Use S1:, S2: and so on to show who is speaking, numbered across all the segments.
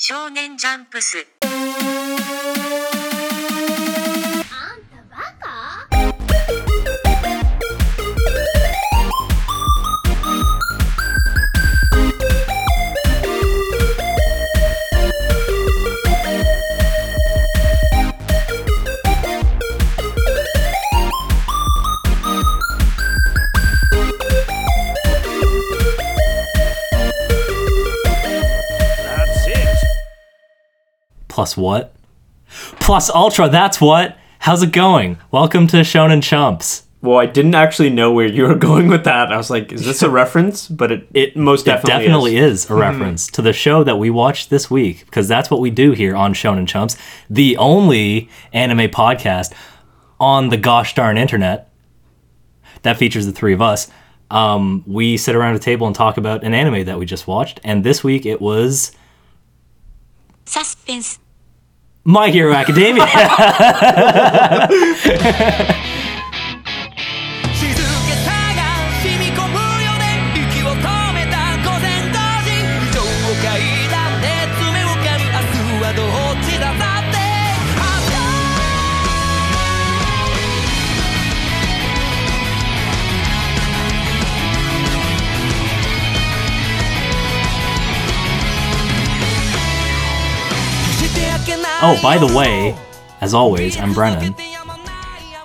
S1: 少年ジャンプス
S2: あんたバカ
S3: That's it.
S4: Plus what? Plus Ultra, that's what! How's it going? Welcome to Shonen Chumps.
S3: Well, I didn't actually know where you were going with that. I was like, is this a reference? But it, it most definitely,
S4: it definitely is, a reference to the show that we watched this week because that's what we do here on Shonen Chumps, the only anime podcast on the gosh darn internet that features the three of us. Um, we sit around a table and talk about an anime that we just watched, and this week it was
S1: サスペンス
S4: My Hero Academia.
S5: 静けさが染み込むよね息を止めた午前同時上を嗅いだ熱目を噛み明日はどっちだだって明
S4: oh,
S5: 日
S4: by the way, as always, I'm Brennan.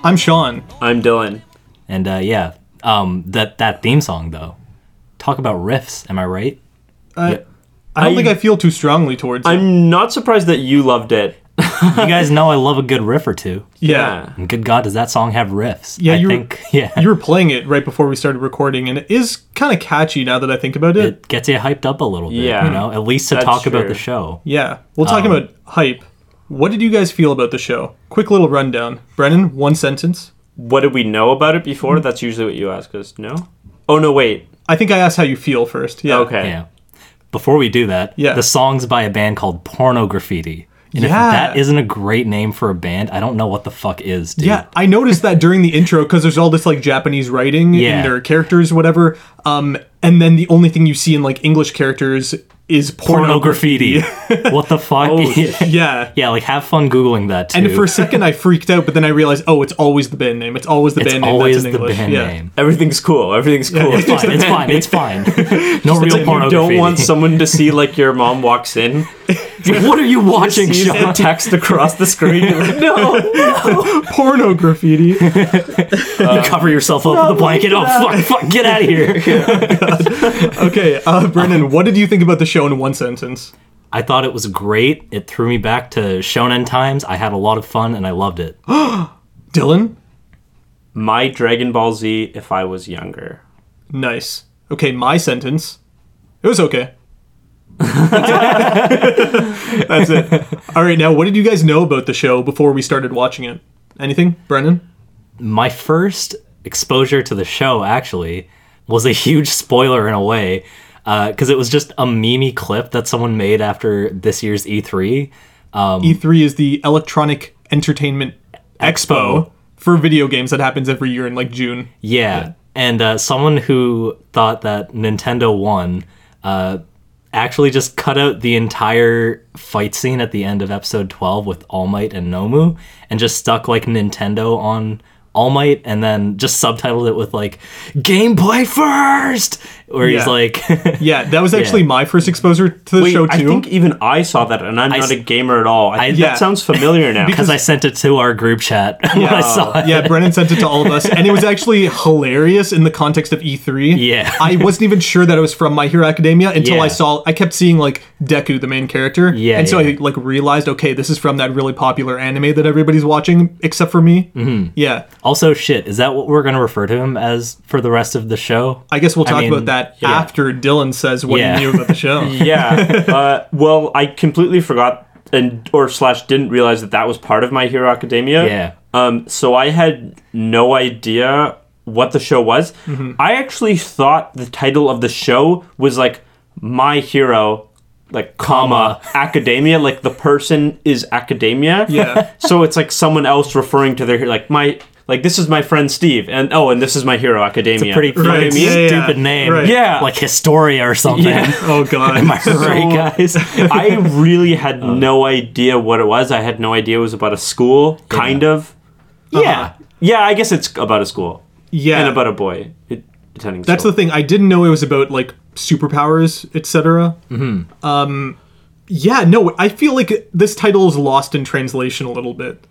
S6: I'm Sean.
S3: I'm Dylan.
S4: And uh, yeah, um, that that theme song though. Talk about riffs, am I right?
S6: Uh, I don't
S3: I-
S6: think I feel too strongly towards it.
S3: I'm not surprised that you loved it.
S4: You guys know I love a good riff or two.
S6: Yeah.
S4: And good God, does that song have riffs?
S6: Yeah,
S4: I
S6: you were-
S4: think yeah,
S6: You were playing it right before we started recording, and it is kind of catchy now that I think about it.
S4: it gets you hyped up a little bit.
S3: Yeah.
S4: you know, at least to
S3: That's
S4: talk about
S3: true.
S4: the show.
S6: yeah. Well, talking about hype, what did you guys feel about the show? Quick little rundown. Brennan, one sentence.
S3: What did we know about it before? That's usually what you ask us. No. Oh no, wait.
S6: I think I asked how you feel first. Yeah.
S3: Okay.
S4: Yeah. Before we do that,
S6: Yeah.
S4: the song's by a band called Porno Graffiti. And
S6: Yeah.
S4: if that isn't a great name for a band, I don't know what the fuck is, dude.
S6: Yeah, I noticed that during the intro because there's all this like Japanese writing
S4: Yeah.
S6: in their characters, whatever. Um, and then the only thing you see in like English characters is
S4: Porno
S6: porno
S4: Graffiti. what the fuck?
S3: Oh,
S4: yeah.
S6: yeah.
S4: Yeah, like have fun googling that too.
S6: And for a second, I freaked out, but then I realized, oh, it's always the band name. It's always the
S4: it's
S6: band name.
S4: always
S6: that's in
S4: the
S6: English.
S4: band
S6: yeah.
S4: name.
S3: Everything's cool. Everything's cool.
S4: It's fine. It's fine. It's fine. No real
S3: Like,
S4: porno
S3: you don't want someone to see like your mom walks in.
S4: what are you watching,
S3: Sees the
S4: Sean?
S3: text across the screen. You're like, no.
S6: Porno graffiti.
S4: you cover yourself up with a blanket. Oh fuck! Fuck! Get out of here!
S6: okay, uh, Brennan, what did you think about the show in one sentence?
S4: I thought it was great. It threw me back to Shonen times. I had a lot of fun and I loved it.
S6: Dylan?
S3: My Dragon Ball Z. If I was younger.
S6: Nice. Okay, my sentence. It was okay. That's it. All right, now, what did you guys know about the show before we started watching it? Anything, Brennan?
S4: My first exposure to the show actually was a huge spoiler in a way, because it was just a memey clip that someone made after this year's E E3.
S6: E3 E is the Electronic Entertainment Expo for video games that happens every year in like June.
S4: Yeah. And uh, someone who thought that Nintendo won uh, actually just cut out the entire fight scene at the end of episode 12 with All Might and Nomu and just stuck like Nintendo on All Might and then just subtitled it with like gameplay first where he's
S6: Yeah.
S4: like
S6: Yeah, that was actually my first exposure to the
S3: Wait,
S6: show too.
S3: I think even I saw that, and I'm
S4: I
S3: not
S4: s-
S3: a gamer at all. I,
S4: yeah.
S3: That sounds familiar now.
S4: because I sent it to our group chat when I saw it.
S6: yeah, Brennan sent it to all of us, and it was actually hilarious in the context of E3.
S4: Yeah.
S6: I wasn't even sure that it was from My Hero Academia until
S4: Yeah.
S6: I saw. I kept seeing like Deku, the main character.
S4: Yeah,
S6: and so
S4: yeah.
S6: I like realized, okay, this is from that really popular anime that everybody's watching, except for me. Mm-hmm. Yeah,
S4: Also, shit, is that what we're going to refer to him as for the rest of the show?
S6: I guess we'll
S4: I
S6: talk
S4: mean,
S6: about that
S4: yeah.
S6: after Dylan says what
S4: Yeah.
S6: he knew about the show.
S3: yeah. Uh, well, I completely forgot and or slash didn't realize that that was part of My Hero Academia.
S4: Yeah.
S3: Um. So I had no idea what the show was. I actually thought the title of the show was like My Hero, like comma Academia, like the person is Academia.
S6: Yeah.
S3: so it's like someone else referring to their like my Like this is my friend Steve, and oh, and this is my hero Academia.
S4: Pretty fucking
S6: Right, yeah, yeah,
S4: stupid name.
S6: right.
S3: Yeah.
S4: Like Historia or something.
S3: Yeah.
S6: Oh god.
S4: Am I right, guys?
S6: uh,
S3: I really had
S6: Oh.
S3: no idea what it was. I had no idea it was about a school, kind of. Yeah, yeah. I guess it's about a school
S6: yeah.
S3: and about a boy it, attending.
S6: That's the thing. I didn't know it was about like superpowers, etc. Mm-hmm. Um, yeah, no, I feel like this title is lost in translation a little bit.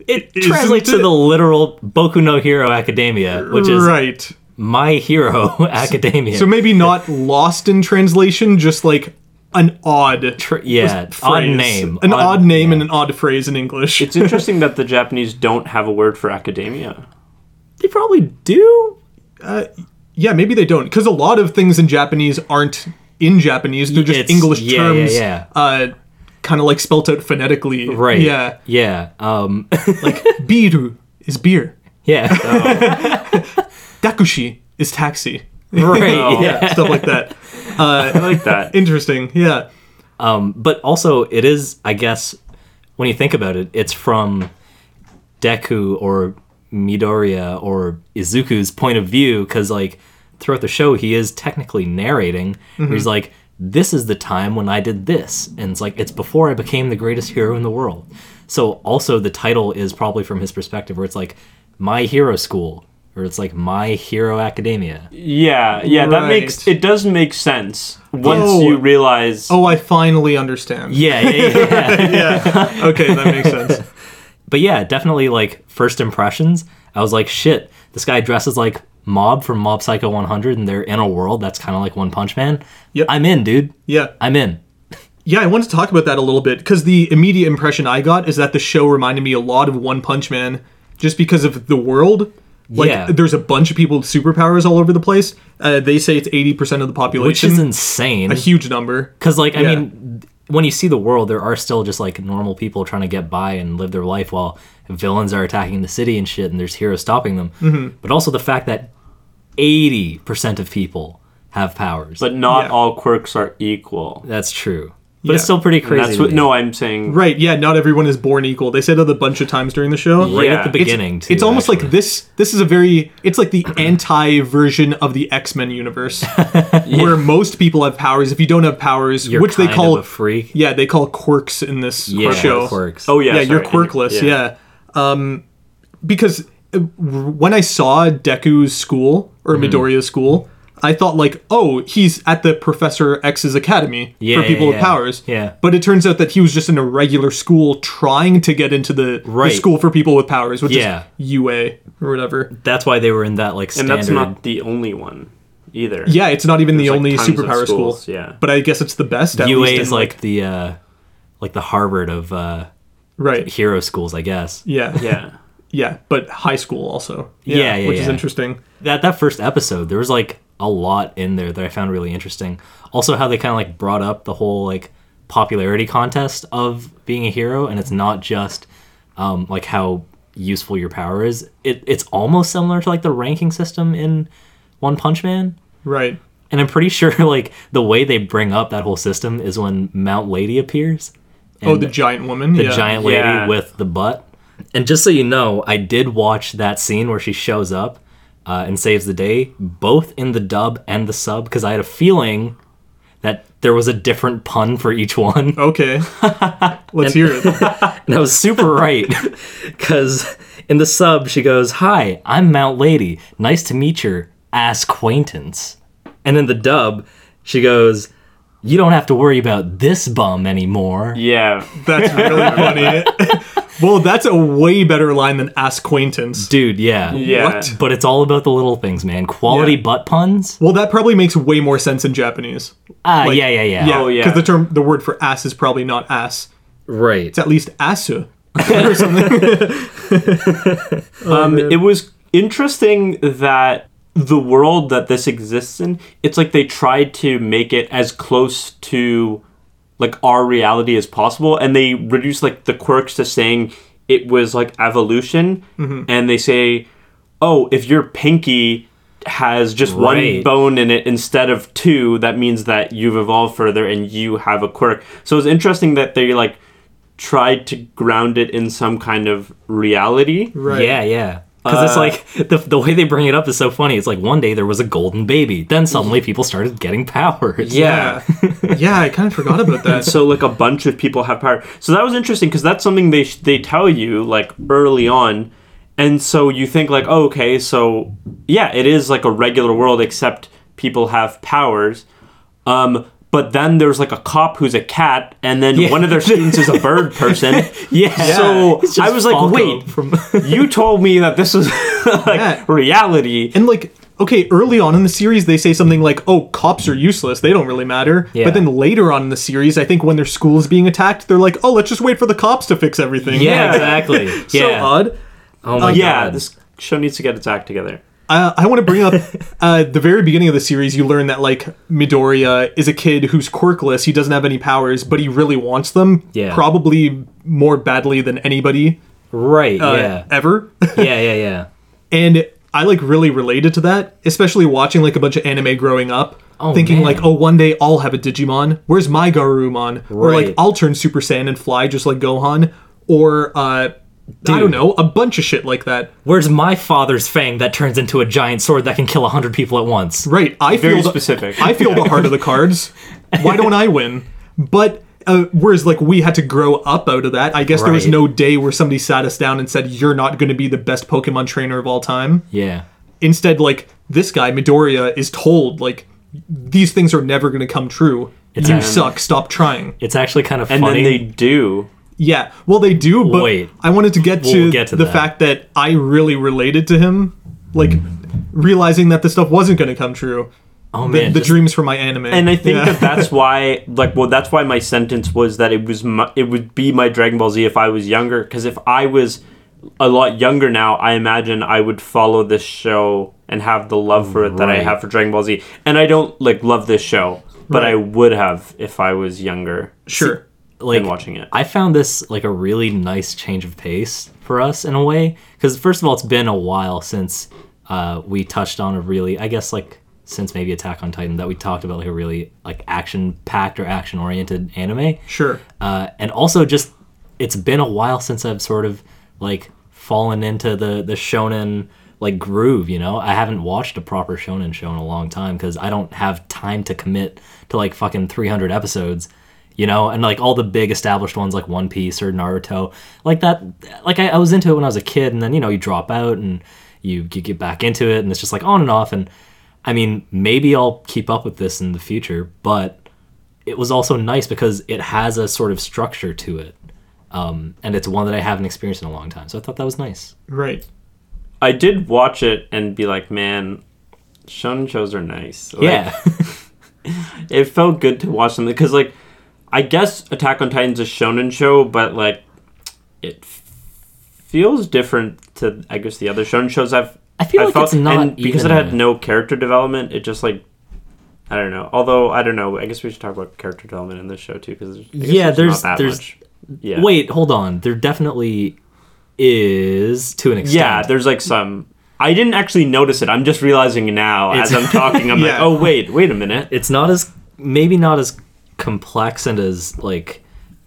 S4: It
S6: Isn't
S4: translates
S6: it?
S4: to the literal Boku no Hero Academia, which is
S6: right.
S4: My Hero Academia.
S6: So maybe not lost in translation, just like an odd
S4: Tr- yeah, odd
S6: phrase.
S4: name.
S6: an odd, name and an odd phrase in English.
S3: It's interesting that the Japanese don't have a word for academia.
S4: They probably do.
S6: yeah, maybe they don't because a lot of things in Japanese aren't in Japanese; they're just
S4: It's-
S6: English
S4: yeah, yeah,
S6: terms,
S4: yeah.
S6: Uh, kind of like spelt out phonetically.
S4: Right.
S6: Yeah.
S4: Yeah. Um,
S6: Biru is beer.
S4: yeah.
S6: Dakushi is taxi.
S4: right. yeah.
S6: yeah, stuff like that. Uh,
S3: I like that.
S6: Interesting. Yeah.
S4: But also, it is, I guess, when you think about it, it's from Deku or Midoriya or Izuku's point of view, because, like, throughout the show, he is technically narrating. where He's like, this is the time when I did this. And it's like, it's before I became the greatest hero in the world. So, also, the title is probably from his perspective, where it's like, My Hero School, or it's like, My Hero Academia.
S3: Yeah, yeah. That
S6: Right.
S3: makes it does make sense once
S6: Oh.
S3: you realize.
S6: Oh, I finally understand.
S4: Yeah, yeah, yeah.
S6: Okay, that makes sense.
S4: but yeah, definitely like first impressions. I was like, shit, this guy dresses like Mob from Mob Psycho 100, and they're in a world that's kind of like One Punch Man.
S6: Yep.
S4: I'm in, dude.
S6: Yeah.
S4: I'm in.
S6: Yeah, I wanted to talk about that a little bit because the immediate impression I got is that the show reminded me a lot of One Punch Man just because of the world. Like,
S4: Yeah.
S6: there's a bunch of people with superpowers all over the place. Uh, they say it's 80% of the population.
S4: Which is insane.
S6: a huge number.
S4: Because, like, I
S6: Yeah.
S4: mean, when you see the world, there are still just like normal people trying to get by and live their life while villains are attacking the city and shit, and there's heroes stopping them.
S6: Mm-hmm.
S4: But also the fact that 80% of people have powers.
S3: But not
S6: Yeah.
S3: all quirks are equal.
S4: that's true. But it's
S6: Yeah.
S4: still pretty crazy.
S3: That's
S4: to
S3: what.
S4: me.
S3: No, I'm saying.
S4: Mm.
S6: Right, yeah, not everyone is born equal. They said that a bunch of times during the show.
S4: Right
S3: Yeah.
S4: at the
S3: It's-
S4: beginning,
S6: It's,
S4: too,
S6: it's almost
S4: actually.
S6: like this. This is a very. It's like the anti version of the X Men universe, where most people have powers. If you don't have powers,
S4: You're
S6: which they
S4: kind
S6: call
S4: of a freak.
S6: Yeah, they call quirks in this
S4: yeah,
S6: show.
S4: quirks.
S3: Oh yeah.
S6: Yeah, you're
S3: sorry.
S6: quirkless. Yeah. Um, because uh, when I saw Deku's school or
S4: Mm-hmm.
S6: Midoriya's school, I thought like, oh, he's at the Professor X's academy
S4: Yeah,
S6: for people
S4: yeah,
S6: with
S4: yeah.
S6: powers.
S4: Yeah.
S6: But it turns out that he was just in a regular school trying to get into the, the
S4: Right.
S6: school for people with powers, which
S4: Yeah.
S6: is UA or whatever.
S4: That's why they were in that like
S3: and
S4: standard.
S3: that's not the only one either.
S6: Yeah, it's not even the
S3: There's, like,
S6: only
S3: tons of
S6: superpower school.
S3: schools, yeah.
S6: But I guess it's the best. At
S4: UA
S6: least
S4: is
S6: in,
S4: like the uh, like the Harvard of uh,
S6: right.
S4: hero schools, I guess.
S6: Yeah.
S3: Yeah.
S6: Yeah, but high school also.
S4: Yeah, yeah,
S6: which is
S4: yeah.
S6: interesting.
S4: That that first episode, there was like a lot in there that I found really interesting. Also, how they kind of like brought up the whole like popularity contest of being a hero, and it's not just um, like how useful your power is. It it's almost similar to like the ranking system in One Punch Man.
S6: Right.
S4: And I'm pretty sure like the way they bring up that whole system is when Mount Lady appears.
S6: Oh,
S4: And-
S6: the giant woman.
S4: the
S6: yeah.
S4: giant lady
S3: Yeah.
S4: with the butt. And just so you know, I did watch that scene where she shows up uh, and saves the day, both in the dub and the sub, because I had a feeling that there was a different pun for each one.
S6: Okay. Let's hear it.
S4: And I was super right, because in the sub, she goes, Hi, I'm Mount Lady. Nice to meet your ass acquaintance. And in the dub, she goes, You don't have to worry about this bum anymore.
S3: Yeah.
S6: That's really funny. well, that's a way better line than ass acquaintance.
S4: Dude, yeah.
S3: Yeah.
S6: What?
S4: But it's all about the little things, man. Quality
S6: Yeah.
S4: butt puns.
S6: Well, that probably makes way more sense in Japanese.
S4: Ah,
S6: Like-
S4: yeah, yeah, yeah,
S3: Oh, yeah.
S6: Because the term, the word for ass is probably not ass.
S4: Right.
S6: It's at least asu.
S3: Um, it was interesting that the world that this exists in, it's like they tried to make it as close to like our reality as possible, and they reduce like the quirks to saying it was like evolution, and they say, oh, if your pinky has just one
S4: Right.
S3: bone in it instead of two, that means that you've evolved further and you have a quirk. So it's interesting that they like tried to ground it in some kind of reality
S6: Right.
S4: Yeah, yeah. Because it's like the, the way they bring it up is so funny. It's like one day there was a golden baby, then suddenly people started getting powers.
S3: Yeah.
S6: yeah, I kind of forgot about that.
S3: so like a bunch of people have power. So that was interesting because that's something they sh- they tell you like early on, and so you think like oh, okay, so yeah, it is like a regular world except people have powers. Um, but then there's like a cop who's a cat, and then one of their students is a bird person.
S4: Yeah.
S3: So
S4: It's just
S3: I was like,
S4: Falco
S3: wait,
S4: From
S3: you told me that this was like
S6: Yeah.
S3: reality.
S6: And like, okay, early on in the series, they say something like, "Oh, cops are useless; they don't really matter."
S4: Yeah.
S6: But then later on in the series, I think when their school is being attacked, they're like, "Oh, let's just wait for the cops to fix everything."
S4: yeah, exactly.
S6: so
S4: Yeah.
S6: odd.
S4: oh my
S3: yeah,
S4: god.
S3: this show needs to get its act together.
S6: Uh, I want to bring up uh, the very beginning of the series. You learn that like Midoriya is a kid who's quirkless; he doesn't have any powers, but he really wants them.
S4: Yeah.
S6: probably more badly than anybody
S4: right.
S6: uh,
S4: yeah.
S6: ever.
S4: yeah. Yeah. Yeah.
S6: and I like really related to that, especially watching like a bunch of anime growing up,
S4: Oh,
S6: thinking
S4: man.
S6: like, oh, one day I'll have a Digimon. Where's my Garurumon? Or
S4: Right.
S6: like I'll turn Super Saiyan and fly just like Gohan. Or uh, I
S4: Dude.
S6: don't know, a bunch of shit like that.
S4: Where's my father's fang that turns into a giant sword that can kill a hundred people at once?
S6: Right. I
S3: Very
S6: feel the-
S3: specific.
S6: I feel the heart of the cards. Why don't I win? But uh, whereas like we had to grow up out of that. I guess there was
S4: Right.
S6: no day where somebody sat us down and said, "You're not going to be the best Pokemon trainer of all time."
S4: Yeah.
S6: instead like this guy midoriya is told like these things are never going to come true you
S4: um,
S6: suck stop trying
S4: It's actually kind of
S3: And
S4: funny.
S3: then they do.
S6: yeah well they do but
S4: Wait.
S6: i wanted to get to,
S4: We'll get to
S6: the
S4: that.
S6: fact that i really related to him like realizing that this stuff wasn't going to come true
S4: oh
S6: the,
S4: man.
S6: the
S4: just-
S6: dreams for my anime
S3: And I think
S6: Yeah.
S3: that that's why, like, well, that's why my sentence was that it was my, it would be my Dragon Ball Z if I was younger. Because if I was a lot younger now, I imagine I would follow this show and have the love for it that I
S4: Right.
S3: have for Dragon Ball Z. And I don't like love this show, but I would have if I was younger.
S6: sure
S4: like
S3: been watching it.
S4: I found this like a really nice change of pace for us in a way because first of all, it's been a while since uh, we touched on a really, I guess like since maybe Attack on Titan that we talked about like a really like action packed or action oriented anime.
S6: sure
S4: Uh, and also just it's been a while since I've sort of like fallen into the the shonen like groove, you know? I haven't watched a proper shonen show in a long time cuz I don't have time to commit to like fucking 300 episodes, you know? And like all the big established ones like One Piece or Naruto, like that like I, I was into it when I was a kid and then you know you drop out and you you get back into it and it's just like on and off and I mean, maybe I'll keep up with this in the future, but it was also nice because it has a sort of structure to it. Um, and it's one that I haven't experienced in a long time. So I thought that was nice.
S6: right
S3: I did watch it and be like, man, shonen shows are nice. Like,
S4: Yeah.
S3: it felt good to watch them because like i guess attack on titan's a shonen show but like it f- feels different to i guess the other shonen shows i've
S4: I feel
S3: I've
S4: like it's not
S3: and because it
S4: even
S3: had
S4: a-
S3: no character development it just like i don't know although i don't know i guess we should talk about character development in this show too because
S4: Yeah, there's- there's-
S3: yeah
S4: Wait, hold on. There definitely is to an extent.
S3: yeah there's like some i didn't actually notice it i'm just realizing now as i'm talking i'm like
S6: Yeah.
S3: oh wait wait a minute
S4: it's not as maybe not as complex and as like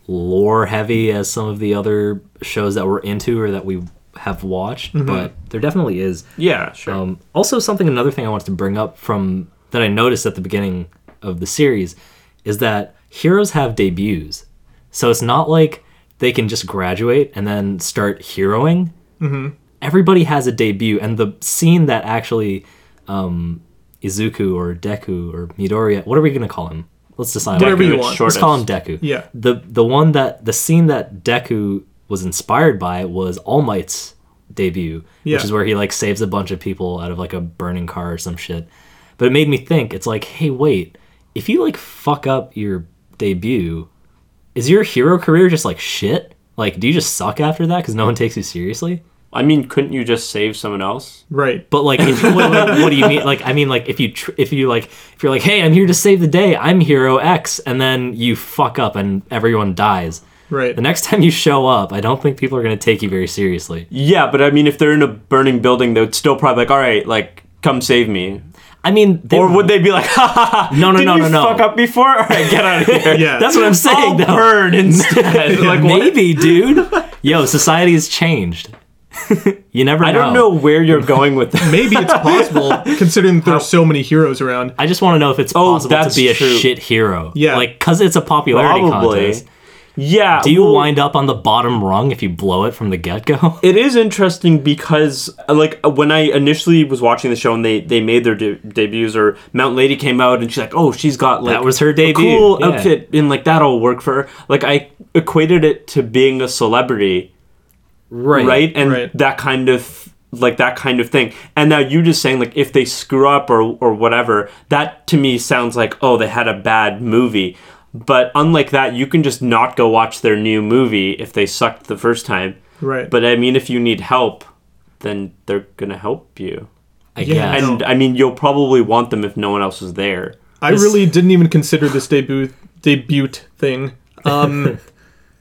S4: lore heavy as some of the other shows that we're into or that we have watched,
S3: Mm-hmm.
S4: but there definitely is.
S3: yeah sure
S4: Um, also, something another thing I wanted to bring up from that I noticed at the beginning of the series is that heroes have debuts, so it's not like they can just graduate and then start heroing. Mm-hmm. Everybody has a debut, and the scene that actually um, Izuku or Deku or Midoriya, what are we gonna call him? Let's decide.
S6: Whatever you
S3: It's
S6: want.
S4: Let's call him Deku.
S6: Yeah.
S4: The the one that the scene that Deku was inspired by was All Might's debut,
S6: Yeah.
S4: which is where he like saves a bunch of people out of like a burning car or some shit. But it made me think. It's like, hey, wait, if you like fuck up your debut, is your hero career just like shit? Like, do you just suck after that because no one takes you seriously?
S3: i mean couldn't you just save someone else
S6: right
S4: But like, if, what, what- what do you mean? Like, I mean, like, if you tr- if you like, if you're like, hey, I'm here to save the day, I'm hero X, and then you fuck up and everyone dies.
S6: right
S4: The next time you show up, I don't think people are gonna take you very seriously.
S3: Yeah, but I mean, if they're in a burning building, they would still probably like, all right, like, come save me.
S4: I mean, they,
S3: Or would they be like, ha ha ha,
S4: No, no,
S3: did
S4: no,
S3: you
S4: no, no.
S3: fuck up before? All right, get out of here.
S6: yeah
S4: That's what I'm saying.
S3: I'll
S4: though.
S3: burn instead. like, what?
S4: Maybe, dude. Yo, society has changed. You never.
S3: I don't know where you're going with that.
S6: Maybe it's possible, considering there's so many heroes around.
S4: I just want to know if it's
S3: Oh,
S4: possible to
S3: that's
S4: be a
S3: true.
S4: shit hero.
S6: Yeah.
S4: like because it's a popularity
S3: Probably.
S4: contest.
S3: Yeah.
S4: Do you
S3: well,
S4: wind up on the bottom rung if you blow it from the get go?
S3: It is interesting because, uh, like, uh, when I initially was watching the show and they, they made their de- debuts, or Mount Lady came out and she's like, oh, she's got like
S4: That was her
S3: a
S4: debut,
S3: cool
S4: yeah.
S3: outfit, and like that'll work for her. Like, I equated it to being a celebrity,
S4: Right.
S3: right? And
S6: right.
S3: that kind of like that kind of thing. And now you just saying like if they screw up or or whatever, that to me sounds like oh they had a bad movie. But unlike that, you can just not go watch their new movie if they sucked the first time.
S6: Right.
S3: But I mean, if you need help, then they're gonna help you.
S4: I guess.
S3: And I mean, you'll probably want them if no one else is there.
S6: I really didn't even consider this debut debut thing. Um,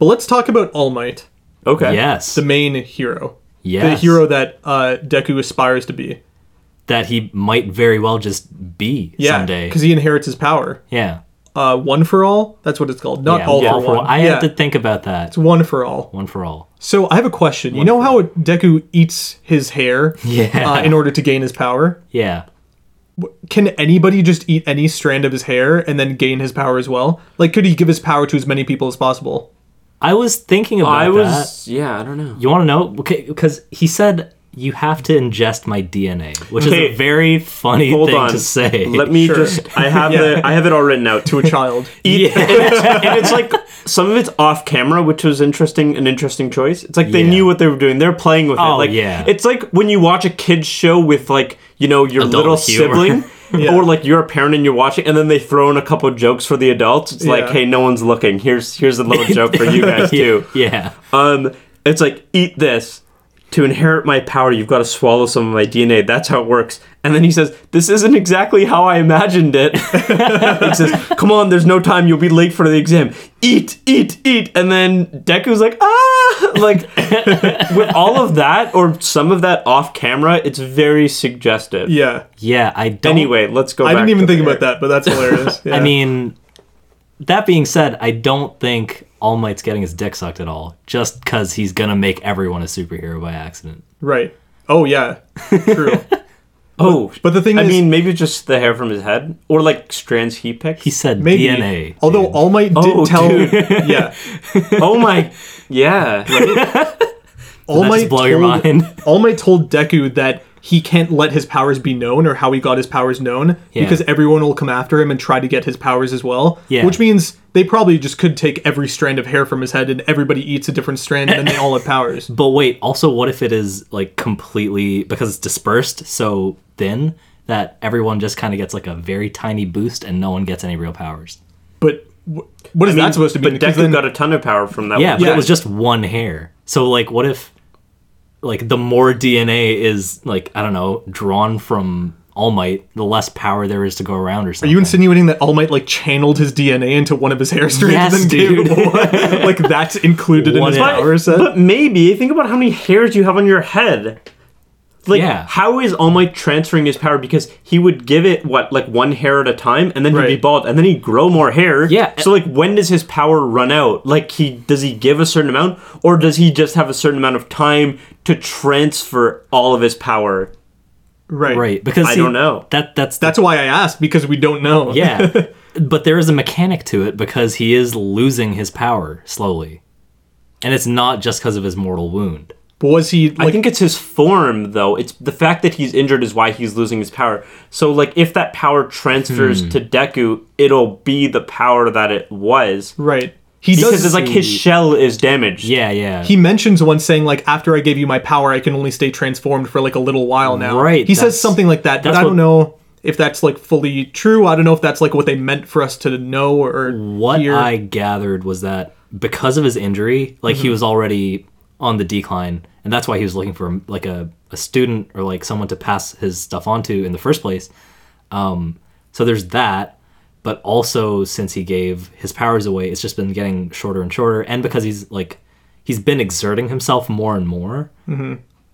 S6: but let's talk about All Might,
S3: Okay.
S4: yes.
S6: the main hero, the
S4: yes.
S6: hero that uh, Deku aspires to be.
S4: that he might very well just be
S6: Yeah,
S4: someday.
S6: because he inherits his power.
S4: yeah.
S6: Uh, one for all. That's what it's called. Not
S4: yeah.
S6: all
S4: yeah,
S6: for
S4: for-
S6: one.
S4: I
S6: yeah,
S4: have to think about that.
S6: it's one for all.
S4: One for all.
S6: So I have a question. you know how Deku eats his hair
S4: Yeah.
S6: uh, in order to gain his power?
S4: Yeah.
S6: Can anybody just eat any strand of his hair and then gain his power as well? Like, could he give his power to as many people as possible?
S4: I was thinking about
S3: Oh, I
S4: that.
S3: was. Yeah. I don't know.
S4: You want to know? Because he said you have to ingest my DNA, which
S3: Okay.
S4: is a very funny
S3: Hold
S4: thing
S3: on.
S4: to say.
S3: Let me
S6: Sure.
S3: just. I have the. I have it all written out.
S6: To a child.
S3: eat- and it's like some of it's off camera, which was interesting, an interesting choice. It's like they
S4: Yeah.
S3: knew what they were doing; they're playing with
S4: Oh,
S3: it. Like
S4: yeah.
S3: it's like when you watch a kids show with like you know your
S4: Adult
S3: little
S4: humor.
S3: sibling,
S6: Yeah.
S3: or like you're a parent and you're watching, and then they throw in a couple jokes for the adults. It's like,
S6: Yeah.
S3: hey, no one's looking. Here's here's a little joke for you guys too.
S4: yeah.
S3: Um, it's like eat this. To inherit my power, you've got to swallow some of my DNA. That's how it works. And then he says, "This isn't exactly how I imagined it." he says, "Come on, there's no time. You'll be late for the exam. Eat, eat, eat." And then Deku's like, "Ah!" Like with all of that or some of that off camera, it's very suggestive.
S6: Yeah.
S4: Yeah. I don't.
S3: Anyway, let's go.
S6: I
S3: back
S6: didn't even
S3: to
S6: think
S3: the-
S6: about that, but that's hilarious.
S4: I
S6: Yeah.
S4: mean, that being said, I don't think All Might's getting his dick sucked at all, just because he's gonna make everyone a superhero by accident.
S6: right. Oh, yeah. True.
S3: Oh,
S6: But the thing
S3: I
S6: is,
S3: mean, maybe just the hair from his head or like strands he picked.
S4: He said
S6: maybe.
S4: DNA.
S6: although All Might did
S3: Oh,
S6: tell.
S3: dude.
S6: Yeah.
S3: oh my, yeah.
S6: All
S4: that just blow your mind?
S6: All Might told Deku that he can't let his powers be known or how he got his powers known
S4: Yeah.
S6: because everyone will come after him and try to get his powers as well.
S4: Yeah.
S6: Which means they probably just could take every strand of hair from his head and everybody eats a different strand and then they all have powers.
S4: But wait, also, what if it is like completely because it's dispersed so thin that everyone just kind of gets like a very tiny boost and no one gets any real powers?
S6: But w- what is that supposed to be?
S3: But Deku got a ton of power from that.
S4: Yeah,
S3: one.
S4: but
S6: Yeah.
S4: it was just one hair. So like, what if like the more DNA is like I don't know drawn from All Might, the less power there is to go around or something.
S6: you insinuating that All Might like channeled his DNA into one of his hair strands
S4: Yes,
S6: and then
S4: dude.
S6: gave it one? like that's included in
S4: What
S6: his
S4: if-
S6: power set.
S3: But maybe think about how many hairs you have on your head. Like,
S4: Yeah.
S3: how is All Might transferring his power? Because he would give it what, like one hair at a time, and then he'd be
S6: Right.
S3: bald, and then he'd grow more hair.
S4: Yeah.
S3: So like, when does his power run out? Like, he does he give a certain amount, or does he just have a certain amount of time to transfer all of his power?
S6: right.
S4: right? Because
S3: I
S4: see,
S3: don't know.
S4: That that's the-
S6: That's why I asked because we don't know.
S4: yeah. but there is a mechanic to it because he is losing his power slowly, and it's not just because of his mortal wound.
S6: But was he
S3: I
S6: like
S3: think it's his form, though. It's the fact that he's injured is why he's losing his power. So, like, if that power transfers to Deku, it'll be the power that it was.
S6: right? He
S3: Because
S6: does
S3: it's like his shell is damaged.
S4: Yeah, yeah.
S6: he mentions once saying like after i gave you my power i can only stay transformed for like a little while now
S4: Right,
S6: he says
S4: that's-
S6: something like that but
S4: that's
S6: i
S4: what-
S6: don't know if that's like fully true i don't know if that's like what they meant for us to know or
S4: what
S6: hear.
S4: I gathered was that because of his injury, like he was already on the decline, and that's why he was looking for like a, a student or like someone to pass his stuff on to in the first place. Um, so there's that, but also since he gave his powers away, it's just been getting shorter and shorter, and because he's like he's been exerting himself more and more,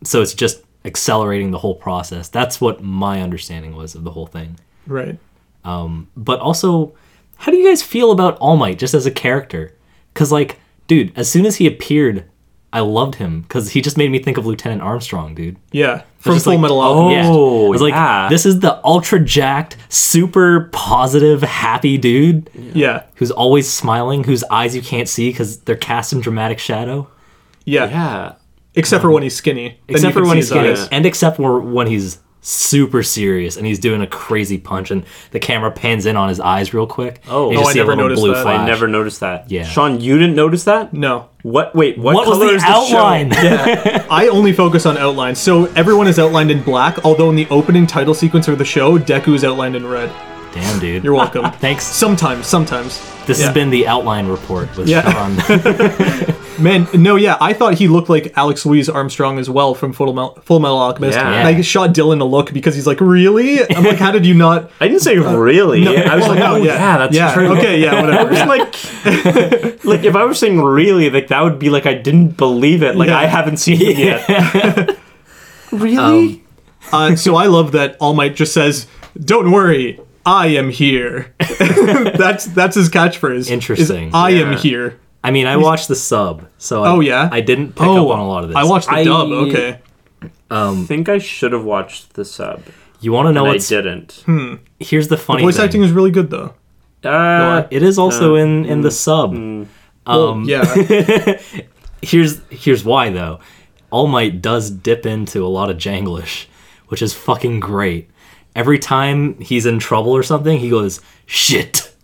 S4: so it's just accelerating the whole process. That's what my understanding was of the whole thing
S6: right
S4: but also how do you guys feel about all might just as a character because like dude as soon as he appeared I loved him because he just made me think of Lieutenant Armstrong, dude.
S6: Yeah, from
S4: just
S6: Full
S4: like,
S6: Metal Alchemist.
S4: Yeah.
S3: Oh,
S4: I was like,
S3: yeah.
S4: this is the ultra jacked, super positive, happy dude
S6: Yeah,
S4: who's always smiling, whose eyes you can't see because they're cast in dramatic shadow.
S6: yeah,
S3: Yeah.
S6: Except for when he's skinny. Then you
S4: except
S6: can
S4: for when
S6: see
S4: he's
S6: his
S4: skinny,
S6: eyes.
S4: and except for when he's super serious and he's doing a crazy punch, and the camera pans in on his eyes real quick.
S3: Oh.
S4: and you
S3: Oh,
S4: just
S6: I
S4: see a
S6: never
S4: little
S6: noticed
S4: blue
S6: that. I
S4: flash.
S3: I never noticed that.
S4: Yeah.
S3: Sean, you didn't notice that?
S6: No,
S3: What? Wait. What,
S4: What was
S3: color
S4: the
S3: is show?
S4: outline?
S6: I only focus on outlines. So everyone is outlined in black, although in the opening title sequence of the show, Deku is outlined in red.
S4: Damn, dude.
S6: You're welcome.
S4: Thanks.
S6: sometimes, sometimes.
S4: This
S6: Yeah.
S4: has been the outline report with
S6: Yeah.
S4: Sean.
S6: Man, no, yeah, I thought he looked like Alex Louise Armstrong as well from Full Metal, Full Metal Alchemist.
S3: Yeah.
S6: And I shot Dylan a look because he's like, really? I'm like, how did you not?
S3: I didn't say really. I was like,
S6: Uh, no,
S3: oh
S6: yeah.
S3: yeah, that's
S6: Yeah,
S3: true.
S6: okay, yeah,
S3: I
S6: whatever.
S3: was like, like if I was saying really, like that would be like I didn't believe it. Like
S6: Yeah.
S3: I haven't seen it yet. really?
S6: Uh, so I love that All Might just says, "Don't worry, I am here." that's that's his catchphrase. is,
S4: Interesting.
S6: I am
S3: Yeah.
S6: here.
S4: I mean, I watched the sub, so I,
S6: Oh, yeah?
S4: I didn't pick up on a lot of this.
S6: I watched the
S3: I-
S6: dub. Okay.
S3: I think I should have watched the sub.
S4: You want to know
S3: I
S4: what's
S3: didn't.
S6: Hmm.
S4: here's the funny
S6: Voice
S4: thing.
S6: acting is really good though.
S3: Uh,
S4: it is also in in the
S6: mm,
S4: sub.
S6: Um, yeah.
S4: here's here's why though. All Might does dip into a lot of Janglish, which is fucking great. Every time he's in trouble or something, he goes shit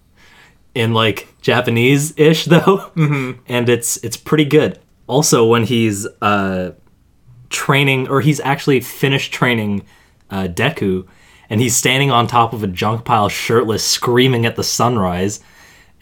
S4: in like Japanese ish though, and it's it's pretty good. Also, when he's uh, training or he's actually finished training uh, Deku, and he's standing on top of a junk pile, shirtless, screaming at the sunrise,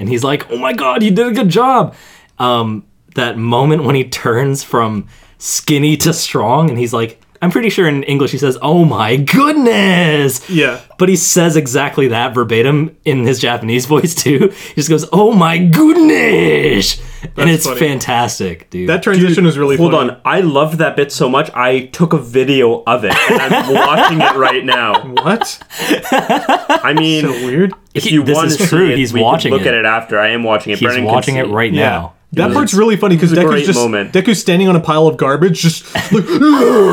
S4: and he's like, "Oh my god, you did a good job!" Um, that moment when he turns from skinny to strong, and he's like, "I'm pretty sure in English he says, oh my goodness!'"
S6: Yeah.
S4: But he says exactly that verbatim in his Japanese voice too. He just goes, "Oh my goodness," and it's
S6: funny.
S4: fantastic, dude.
S6: That transition is really.
S3: Hold
S6: funny.
S3: on, I loved that bit so much. I took a video of it. And I'm watching it right now.
S6: What?
S3: I mean,
S6: So weird.
S3: if
S4: He-
S3: you
S4: this
S3: want
S4: is
S3: to see
S4: true,
S3: it,
S4: he's
S3: we can
S4: watching
S3: Look
S4: it.
S3: at it after. I am watching it.
S4: He's
S3: Brennan can
S4: watching
S3: see
S4: it right now.
S6: That
S3: was-
S6: part's really funny because
S3: was a
S6: Deku's
S3: great
S6: just
S3: moment.
S6: Deku's standing on a pile of garbage, just like,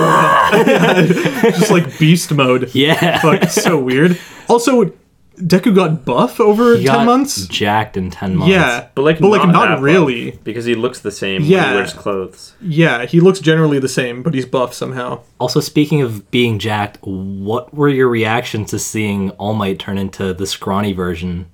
S6: Yeah, just like beast mode.
S4: Yeah.
S6: Fuck, it's so weird. Also, Deku got buff over
S4: He
S6: ten
S4: got
S6: months.
S4: jacked in ten months.
S6: Yeah,
S3: But like,
S6: but like not,
S3: that buff,
S6: really.
S3: because he looks the same. when
S6: Yeah.
S3: he wears clothes.
S6: Yeah, he looks generally the same, but he's buff somehow.
S4: Also, speaking of being jacked, what were your reactions to seeing All Might turn into the scrawny version?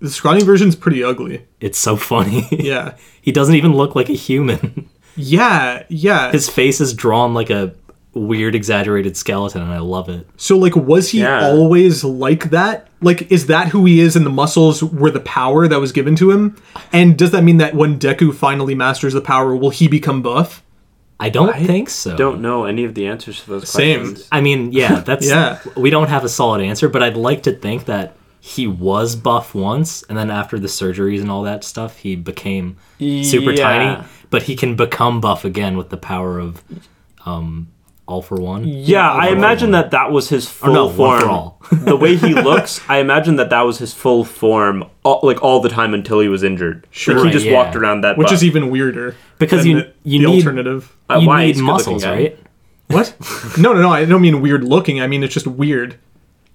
S6: The scrawny version's pretty ugly.
S4: It's so funny.
S6: Yeah.
S4: he doesn't even look like a human.
S6: Yeah, yeah.
S4: His face is drawn like a weird, exaggerated skeleton, and I love it.
S6: so like was he
S3: Yeah.
S6: always like that? Like is that who he is and the muscles were the power that was given to him? And does that mean that when Deku finally masters the power, will he become buff?
S4: I don't think so.
S3: Don't know any of the answers to those
S6: Same.
S3: questions.
S4: I mean, yeah, that's
S6: Yeah.
S4: We don't have a solid answer, but I'd like to think that he was buff once, and then after the surgeries and all that stuff, he became super
S3: Yeah.
S4: tiny. But he can become buff again with the power of um, All for One.
S3: Yeah, I imagine that that was his full
S4: Oh, no, one
S3: form.
S4: for all.
S3: the way he looks, I imagine that that was his full form, all, like all the time until he was injured. Sure, like, he
S4: Right,
S3: just
S4: yeah.
S3: walked around that.
S6: Which
S3: buff.
S6: is even weirder.
S4: Because
S6: than
S4: you-
S6: the,
S4: you
S6: the
S4: need-
S6: alternative.
S3: Uh,
S4: you
S3: why
S4: need
S3: he's good looking
S4: muscles,
S3: guy.
S4: right?
S6: What? no, no, no. I don't mean weird looking. I mean it's just weird.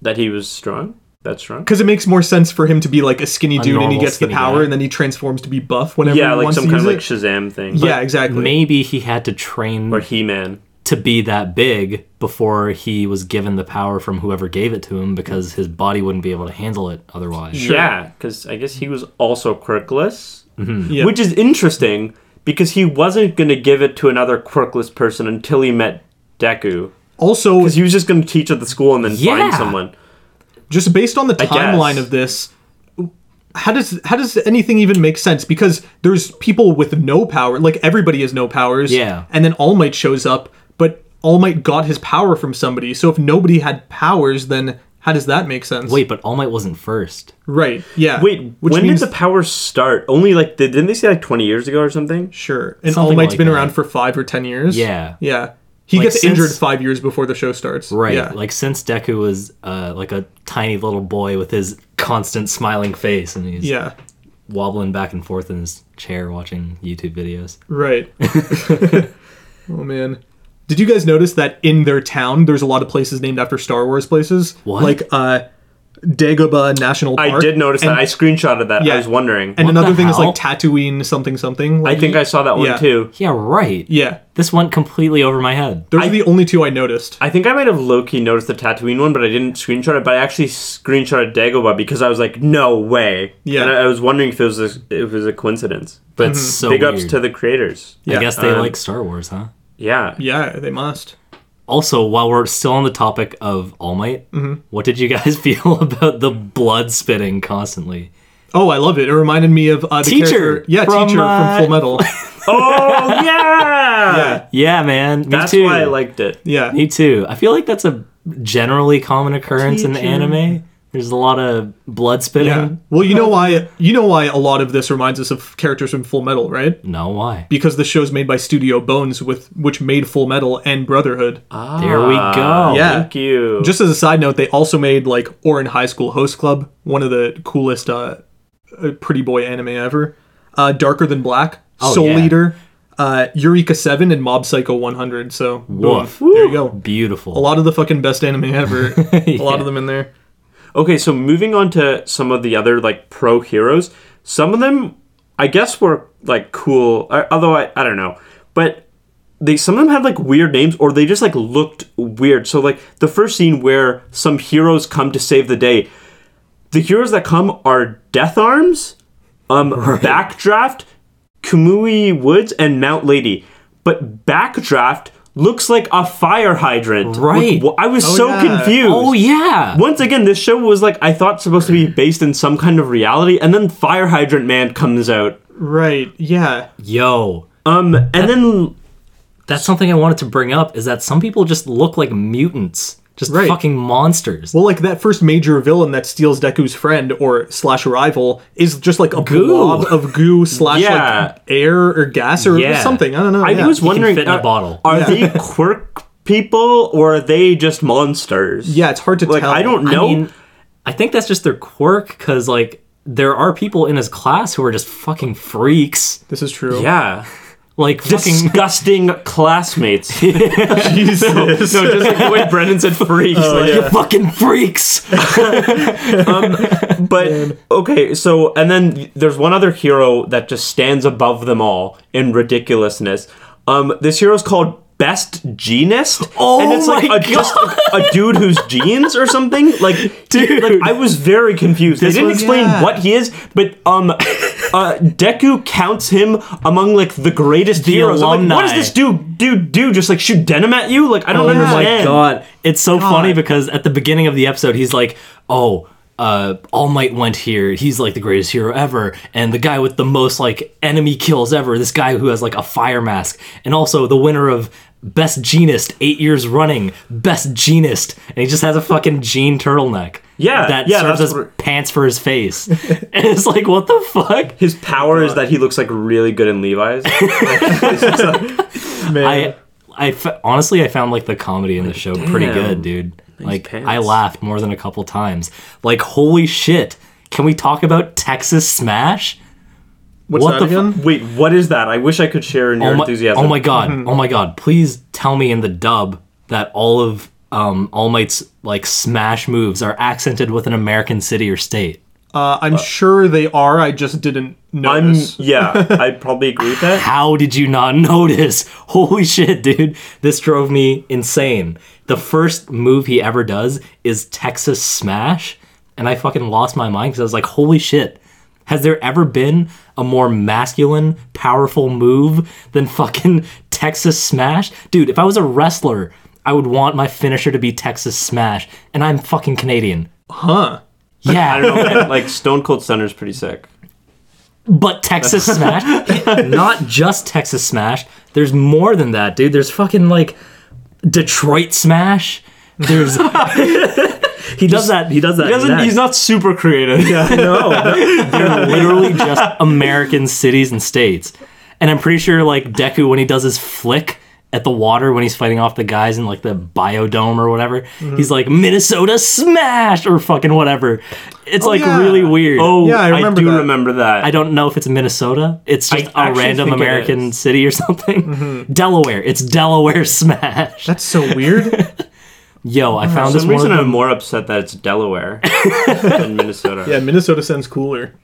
S3: That he was strong. That's strong.
S6: Because it makes more sense for him to be like a skinny dude and he
S4: normal
S6: gets the
S4: skinny
S6: power
S4: guy.
S6: and then he transforms to be buff whenever
S3: Yeah,
S6: he
S3: like
S6: wants
S3: some
S6: to
S3: kind of like
S6: use
S3: Shazam thing.
S6: it. yeah, exactly.
S4: Maybe he had to train
S3: or He Man.
S4: to be that big before he was given the power from whoever gave it to him, because his body wouldn't be able to handle it otherwise.
S3: Yeah, because I guess he was also quirkless,
S6: Yeah.
S3: which is interesting because he wasn't going to give it to another quirkless person until he met Deku.
S6: also,
S3: Because he was just going to teach at the school and then
S4: Yeah.
S3: find someone.
S6: just based on the
S3: guess.
S6: timeline of this how does how does anything even make sense because there's people with no power like everybody has no powers
S4: Yeah.
S6: and then all might shows up but all might got his power from somebody so if nobody had powers then how does that make sense
S4: Wait, but All Might wasn't first.
S6: right yeah
S3: Wait,
S6: which
S3: when
S6: means
S3: did the power start? Only like did, didn't they say like twenty years ago or something?
S6: sure and all
S4: Something
S6: might's
S4: like
S6: been
S4: that.
S6: around for five or ten years
S4: Yeah.
S6: yeah he
S4: Like,
S6: gets
S4: since-
S6: injured five years before the show starts
S4: Right.
S6: yeah.
S4: Like since Deku was uh, like a tiny little boy with his constant smiling face and he's
S6: yeah
S4: wobbling back and forth in his chair watching YouTube videos.
S6: Right. oh man. Did you guys notice that in their town there's a lot of places named after Star Wars places?
S4: What?
S6: Like uh Dagobah National Park.
S3: I did notice that. I screenshotted that.
S6: yeah.
S3: I was wondering.
S6: And another
S4: the
S6: thing is
S4: hell?
S6: like Tatooine something something.
S3: I
S6: Like,
S3: think I saw that one
S6: Yeah.
S3: too.
S4: Yeah, right.
S6: yeah.
S4: This went completely over my head.
S6: Those are the only two I noticed.
S3: I think I might have low key noticed the Tatooine one, but I didn't screenshot it. But I actually screenshotted Dagobah because I was like, "No way!"
S6: Yeah.
S3: and I, I was wondering if it was a, if it was a coincidence.
S4: But it's so
S3: Big
S4: weird.
S3: ups mm-hmm. to the creators.
S4: I guess they
S3: um,
S4: like Star Wars, huh?
S3: Yeah,
S6: yeah, they must.
S4: Also, while we're still on the topic of All Might,
S3: Mm-hmm.
S4: what did you guys feel about the blood spitting constantly?
S6: Oh, I love it. It reminded me of uh, the
S4: Teacher
S6: character- Yeah,
S4: from,
S6: teacher
S4: uh,
S6: from Full Metal.
S3: Oh yeah.
S6: yeah,
S4: Yeah, man. Me
S3: That's
S4: too.
S3: why I liked it.
S6: yeah.
S4: Me too. I feel like that's a generally common occurrence in anime. There's a lot of blood spitting.
S6: Yeah. Well, you know why? You know why a lot of this reminds us of characters from Full Metal, right?
S4: No, why?
S6: Because the show's made by Studio Bones, with which made Full Metal and Brotherhood.
S4: There we go.
S6: Ah. yeah.
S3: Ah, Thank you.
S6: Just as a side note, they also made like Orin High School Host Club, one of the coolest uh, uh, pretty boy anime ever. Uh, Darker Than Black, Soul
S4: yeah.
S6: Eater, uh, Eureka Seven, and Mob Psycho 100. So boom.
S4: Woof.
S6: there you go.
S4: Beautiful.
S6: A lot of the fucking best anime ever. A lot of them in there.
S3: Okay, so moving on to some of the other like pro heroes, some of them I guess were like cool, uh, although I, I don't know. But they some of them had like weird names or they just like looked weird. So like the first scene where some heroes come to save the day, the heroes that come are Death Arms, um Backdraft, Kumui Woods and Mount Lady. But Backdraft looks like a fire hydrant.
S4: Right.
S3: Like, wh- I was so
S6: yeah.
S3: confused.
S4: Oh yeah.
S3: Once again, this show was like I thought supposed to be based in some kind of reality, and then Fire Hydrant Man comes out.
S6: Right. Yeah.
S4: Yo.
S3: Um, and then
S4: That's something I wanted to bring up is that some people just look like mutants. Just
S6: Right.
S4: fucking monsters.
S6: Well, like that first major villain that steals Deku's friend or slash rival is just like a
S4: Goo.
S6: blob of goo slash
S3: Yeah.
S6: like air or gas or
S4: Yeah.
S6: something. I don't know.
S3: I
S6: yeah.
S3: was wondering,
S4: fit in a
S3: are-
S4: bottle.
S3: Are they quirk people or are they just monsters?
S6: Yeah, it's hard to
S3: like
S6: tell.
S3: I don't know.
S4: I mean, I think that's just their quirk because like there are people in his class who are just fucking freaks.
S6: This is true.
S3: yeah,
S4: Like fucking
S3: disgusting classmates. no,
S6: Jesus. Oh,
S3: just like the way Brendan said freaks. like,
S4: you're fucking freaks.
S3: But okay, so and then there's one other hero that just stands above them all in ridiculousness. Um, this hero's called Best Genist,
S4: Oh
S3: and it's like
S4: my
S3: a, just a, a dude who's genes or something. Like, dude, like I was very confused. They didn't
S4: was-
S3: explain
S6: yeah.
S3: what he is, but um, uh, Deku counts him among like the greatest heroes. I'm like, what does
S4: alumni.
S3: this dude dude do? Just like shoot denim at you? Like I don't
S4: Oh
S3: understand.
S4: my god. It's so funny because at the beginning of the episode, he's like, oh, uh, All Might went here. He's like the greatest hero ever. And the guy with the most like enemy kills ever. This guy who has like a fire mask. And also the winner of Best Genist, eight years running, Best Genist. And he just has a fucking jean turtleneck.
S3: Yeah,
S4: That
S3: yeah,
S4: serves
S3: that's
S4: as
S3: what-
S4: pants for his face. and it's like, what the fuck?
S3: His power is that he looks like really good in Levi's.
S4: I, I f- honestly, I found like the comedy in the show pretty
S3: damn.
S4: good, dude. Like I
S3: pants.
S4: laughed more than a couple times. Like holy shit! Can we talk about Texas Smash?
S6: What's
S4: What
S6: that
S4: the
S6: again?
S3: Wait, what is that? I wish I could share in your
S4: Oh my,
S3: enthusiasm.
S4: oh my god!
S6: Mm-hmm.
S4: Oh my god! Please tell me in the dub that all of um, All Might's like Smash moves are accented with an American city or state.
S6: uh, I'm sure they are. I just didn't
S3: I'm
S6: notice.
S3: yeah, I probably agree with that.
S4: How did you not notice? Holy shit, dude. This drove me insane. The first move he ever does is Texas Smash, and I fucking lost my mind because I was like, holy shit. Has there ever been a more masculine, powerful move than fucking Texas Smash? Dude, if I was a wrestler, I would want my finisher to be Texas Smash, and I'm fucking Canadian. Huh. Yeah.
S3: I don't know, man. Like Stone Cold Center's pretty sick.
S4: but Texas Smash, not just Texas Smash. There's more than that, dude. There's fucking like Detroit Smash. There's he does that. He does that. next.
S3: not super creative. Yeah, no.
S4: They're literally just American cities and states. And I'm pretty sure like Deku when he does his flick at the water when he's fighting off the guys in like the biodome or whatever. He's like Minnesota Smash or fucking whatever. It's like
S6: yeah.
S4: really weird.
S3: Oh,
S6: Yeah, I
S3: I,
S6: remember
S3: do
S6: that.
S3: remember that.
S4: I don't know if it's Minnesota. It's just
S3: I
S4: a
S3: actually
S4: random
S3: think it Mm-hmm.
S4: American city or something. Delaware. It's Delaware Smash.
S6: That's so weird.
S4: Yo, I found
S3: Uh-huh. For
S4: this
S3: some
S4: one.
S3: reason,
S4: of
S3: I'm
S4: them-
S3: more upset that it's Delaware than Minnesota.
S6: yeah, Minnesota sounds cooler.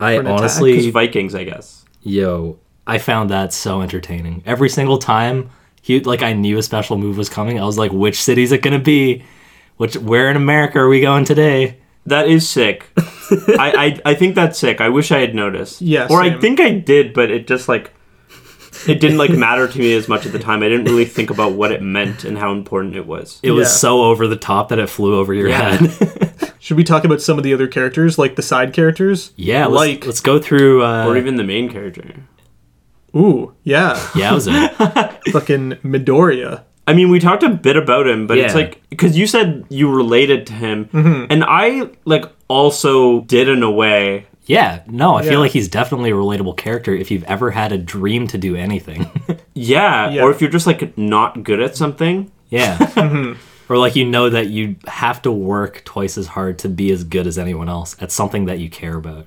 S4: I
S6: an attack.
S4: honestly,
S3: Vikings, I guess.
S4: yo, I found that so entertaining. Every single time he like I knew a special move was coming, I was like, which city is it gonna be? Which where in America are we going today?
S3: That is sick. I, I I think that's sick. I wish I had noticed.
S6: Yeah,
S3: Or I
S6: same.
S3: think I did, but it just like it didn't like matter to me as much at the time. I didn't really think about what it meant and how important it was.
S4: It was
S6: Yeah.
S4: so over the top that it flew over your
S3: Yeah.
S4: head.
S6: Should we talk about some of the other characters, like the side characters?
S4: yeah, let's,
S6: like
S4: let's go through. Uh,
S3: or even the main character.
S6: ooh, yeah,
S4: Yowza.
S6: fucking Midoriya.
S3: I mean, we talked a bit about him, but it's
S4: Yeah.
S3: like because you said you related to him, and I like also did in a way.
S4: yeah, no, I
S6: Yeah.
S4: feel like he's definitely a relatable character if you've ever had a dream to do anything.
S3: Yeah,
S6: Yeah.
S3: Or if you're just like not good at something,
S4: Yeah. or like you know that you have to work twice as hard to be as good as anyone else at something that you care about.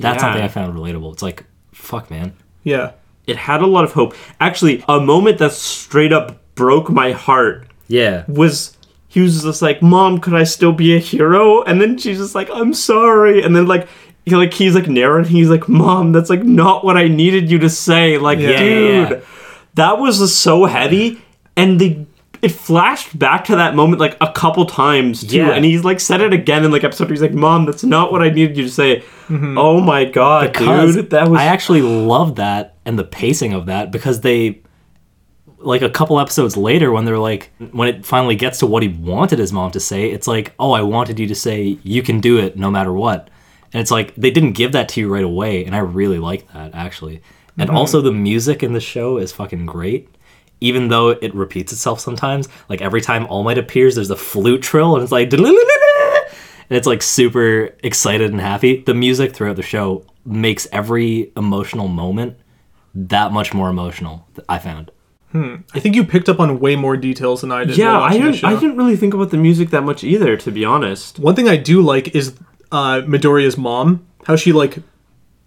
S4: That's
S3: Yeah.
S4: something I found relatable. It's like, fuck, man.
S6: Yeah,
S3: it had a lot of hope. Actually, a moment that straight up broke my heart
S4: Yeah.
S3: was he was just like, "Mom, could I still be a hero?" And then she's just like, "I'm sorry." And then like he like he's like narrating, he's like, "Mom, that's like not what I needed you to say." Like,
S6: Yeah.
S3: dude,
S4: Yeah, yeah.
S3: that was just so heavy, and the. It flashed back to that moment like a couple times too,
S4: Yeah.
S3: and he's like said it again in like episode. He's like, "Mom, that's not what I needed you to say."
S6: Mm-hmm.
S3: Oh my god, dude, that was
S4: I actually loved that and the pacing of that because they like a couple episodes later when they're like when it finally gets to what he wanted his mom to say, it's like, "Oh, I wanted you to say you can do it no matter what." And it's like they didn't give that to you right away, and I really like that actually. And also the music in the show is fucking great. Even though it repeats itself sometimes, like every time All Might appears, there's a flute trill, and it's like, and it's like super excited and happy. The music throughout the show makes every emotional moment that much more emotional. th- I found.
S6: I think you picked up on way more details than I did.
S3: yeah.
S6: while
S3: I
S6: watching the
S3: didn't I
S6: show.
S3: didn't really think about the music that much either, to be honest.
S6: One thing I do like is uh, Midoriya's mom. How she like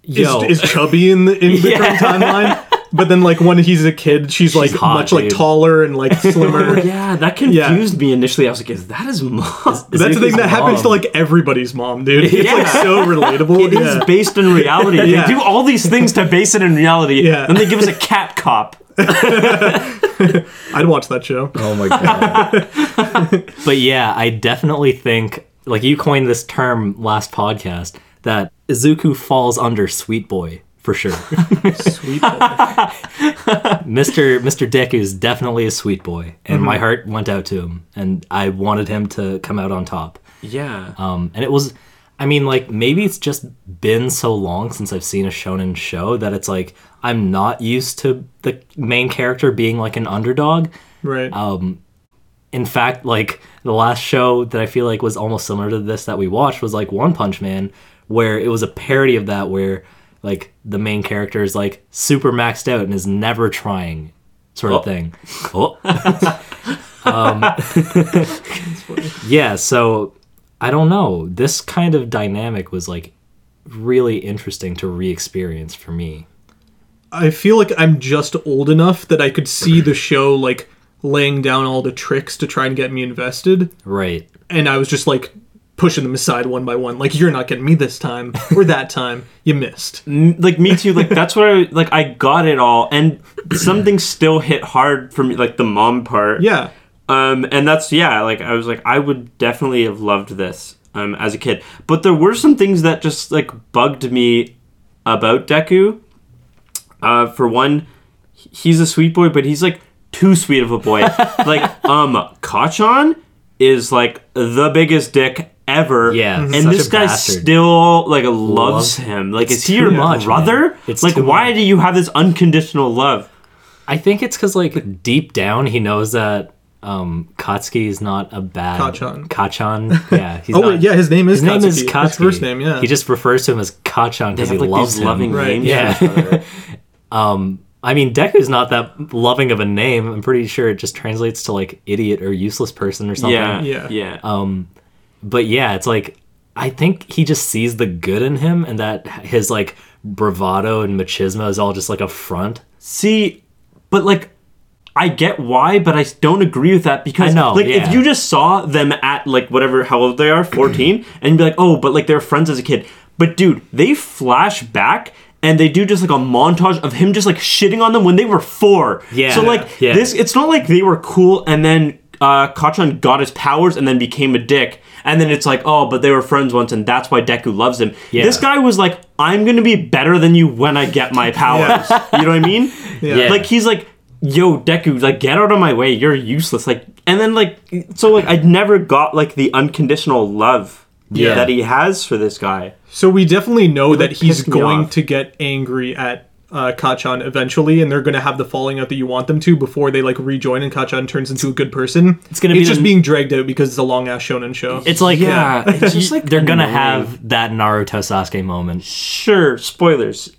S4: Yo.
S6: is, is chubby in the in the current timeline, but then like when he's a kid, she's, like
S4: hot,
S6: much like
S4: dude.
S6: taller and like slimmer.
S3: Yeah, that confused me initially. I was like, "Is that his mom?" It
S6: That's the thing
S4: Zuko's
S6: that
S4: mom.
S6: happens to like everybody's mom, dude. It's like so relatable.
S3: is
S6: yeah.
S3: based in reality.
S6: Yeah.
S3: They do all these things to base it in reality,
S6: Yeah.
S3: and they give us a cat cop.
S6: I'd watch that show.
S4: Oh my god. but yeah, I definitely think like you coined this term last podcast that Izuku falls under sweet boy for sure.
S6: Sweet. boy.
S4: Mr. Mr. Dick is definitely a sweet boy and my heart went out to him and I wanted him to come out on top.
S3: Yeah,
S4: Um, and it was, I mean, like maybe it's just been so long since I've seen a shonen show that it's like I'm not used to the main character being like an underdog.
S6: Right.
S4: Oh. In fact, like the last show that I feel like was almost similar to this that we watched was like One Punch Man, where it was a parody of that, where like the main character is like super maxed out and is never trying, sort of thing. Oh. yeah so i don't know this kind of dynamic was like really interesting to re-experience for me
S6: I feel like I'm just old enough that I could see the show like laying down all the tricks to try and get me invested,
S4: right
S6: and I was just like pushing them aside one by one. Like you're not getting me this time or that time. You missed.
S3: like me too. Like that's what I like. I got it all, and something still hit hard for me, like the mom part.
S6: Yeah.
S3: Um, and that's yeah, like I was like, I would definitely have loved this um, as a kid. But there were some things that just like bugged me about Deku. Uh, for one, he's a sweet boy, but he's like too sweet of a boy. like, um, Kachan is like the biggest dick ever.
S4: Yeah,
S3: and
S4: such a
S3: this guy
S4: bastard.
S3: still like loves
S4: Loves-
S3: him. Like,
S4: It's
S3: is he your
S4: too much,
S3: brother?
S4: man. It's
S3: like,
S4: too
S3: why
S4: much.
S3: do you have this unconditional love?
S4: i think it's because like deep down he knows that um katsuki is not a bad
S6: Kachan.
S4: kachan yeah he's
S6: Oh
S4: not-
S6: wait, yeah, his name is
S4: his name is
S6: Katsuki.
S4: Katsuki.
S6: His first name, yeah.
S4: He just refers to him as Kachan because he
S3: Have, like,
S4: loves
S3: these
S4: him.
S3: loving
S6: Right.
S3: names for
S4: Yeah.
S3: each other.
S4: I mean, Deku's not that loving of a name. I'm pretty sure it just translates to like idiot or useless person or something.
S3: Yeah,
S6: Yeah.
S3: yeah, yeah.
S4: But yeah, it's like I think he just sees the good in him and that his like bravado and machismo is all just like a front.
S3: See, but like, I get why, but I don't agree with that because
S4: I know,
S3: like
S4: yeah.
S3: if you just saw them at like whatever how old they are, fourteen, and be like, oh, but like they were friends as a kid. But dude, they flash back. And they do just like a montage of him just like shitting on them when they were four.
S4: Yeah,
S3: So like
S4: yeah.
S3: this, it's not like they were cool and then uh, Kachan got his powers and then became a dick. And then it's like, oh, but they were friends once and that's why Deku loves him.
S4: Yeah.
S3: This guy was like, I'm gonna be better than you when I get my powers. You know what I mean?
S4: Yeah.
S3: Like he's like, yo, Deku, like get out of my way. You're useless. Like and then like so like I never got like the unconditional love
S4: Yeah.
S3: that he has for this guy.
S6: So we definitely know that he's
S3: pissed me
S6: going
S3: off.
S6: to get angry at uh, Kachan eventually, and they're going to have the falling out that you want them to before they like rejoin, and Kachan turns into a good person. It's
S4: gonna be
S6: it's just
S4: the-
S6: being dragged out because it's a long ass shonen show.
S4: It's like uh,
S3: Yeah, it's just, like,
S4: they're gonna
S3: annoying.
S4: have that Naruto Sasuke moment.
S3: Sure, spoilers.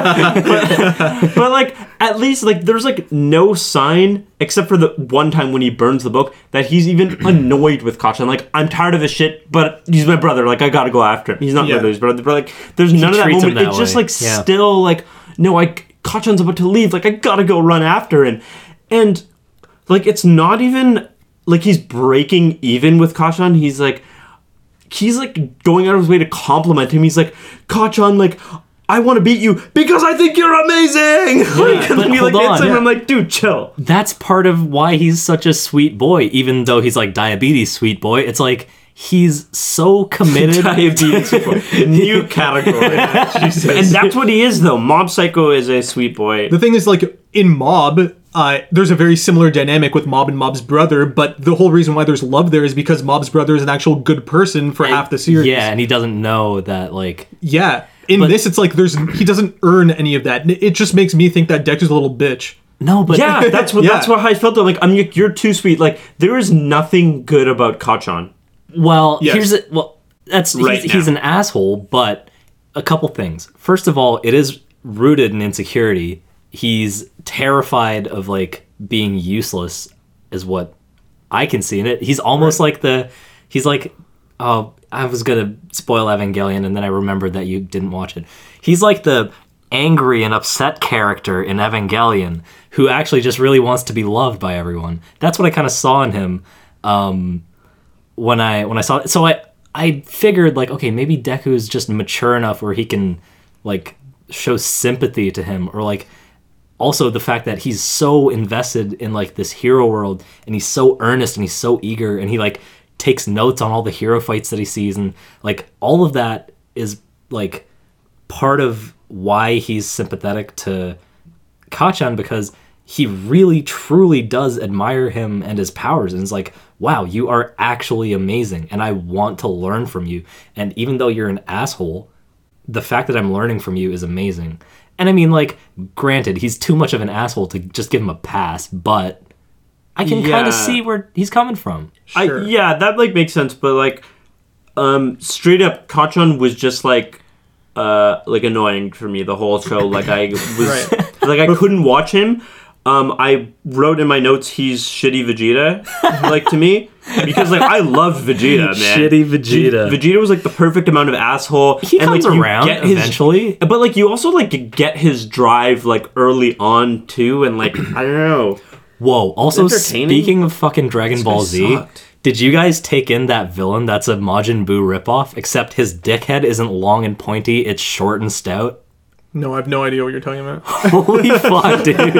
S3: but, but, like at least like there's like no sign except for the one time when he burns the book that he's even annoyed with Kachan. Like I'm tired of his shit, but he's my brother. Like I gotta go after him. He's not
S6: Yeah.
S3: really his brother, but like there's none of that
S4: treats him
S3: moment.
S4: that
S3: it's just
S4: way.
S3: like
S4: Yeah.
S3: still like no, I Kachan's about to leave. Like I gotta go run after him, and like it's not even like he's breaking even with Kachan. He's like he's like going out of his way to compliment him. He's like, Kachan, like, I want to beat you because I think you're amazing. like,
S4: but
S3: and he, like
S4: hold
S3: hits
S4: on.
S3: him. I'm like, dude, chill.
S4: That's part of why he's such a sweet boy, even though he's like diabetes sweet boy. It's like he's so committed.
S3: Diabetes, new category. and that's what he is, though. Mob Psycho is a sweet boy.
S6: the thing is, like in Mob, uh, there's a very similar dynamic with Mob and Mob's brother, but the whole reason why there's love there is because Mob's brother is an actual good person for half the series.
S4: Yeah, and he doesn't know that like
S6: yeah. In this, it's like there's he doesn't earn any of that. It just makes me think that Deku's a little bitch.
S4: no, but
S3: yeah, that's what
S6: Yeah.
S3: that's what I felt. Though. Like, I'm like, you're too sweet. Like, there is nothing good about Kachan.
S4: Well,
S6: Yes.
S4: here's a, well, that's
S3: Right
S4: he's,
S3: now.
S4: he's an asshole, but a couple things. First of all, it is rooted in insecurity. He's terrified of like being useless, is what I can see in it. He's almost like the he's like oh I was gonna spoil Evangelion and then I remembered that you didn't watch it. He's like the angry and upset character in Evangelion who actually just really wants to be loved by everyone. That's what I kind of saw in him when I when I saw it. So I I figured like okay maybe Deku is just mature enough where he can like show sympathy to him or like also the fact that he's so invested in like this hero world and he's so earnest and he's so eager and he like takes notes on all the hero fights that he sees and like all of that is like part of why he's sympathetic to Kachan because he really truly does admire him and his powers and is like, wow, you are actually amazing and I want to learn from you. And even though you're an asshole, the fact that I'm learning from you is amazing. And I mean, like, granted, he's too much of an asshole to just give him a pass, but I can kind
S3: Yeah.
S4: of see where he's coming from.
S3: I, yeah, that like makes sense, but like, um, straight up, Kachan was just like, uh, like annoying for me the whole show. Like I was, like I couldn't watch him. Um, I wrote in my notes he's shitty Vegeta, like to me, because like I love Vegeta, man.
S4: Shitty Vegeta.
S3: Ve- Vegeta was like the perfect amount of asshole.
S4: He comes
S3: like, you
S4: around
S3: get his-
S4: eventually.
S3: but like you also like get his drive like early on too, and like I don't know.
S4: Whoa, also
S3: Entertaining?
S4: speaking of fucking Dragon Ball
S3: guy
S4: Z,
S3: sucked.
S4: did you guys take in that villain that's a Majin Buu ripoff, except his dickhead isn't long and pointy, it's short and stout?
S6: No, I have no idea what you're talking about.
S4: Holy fuck, dude.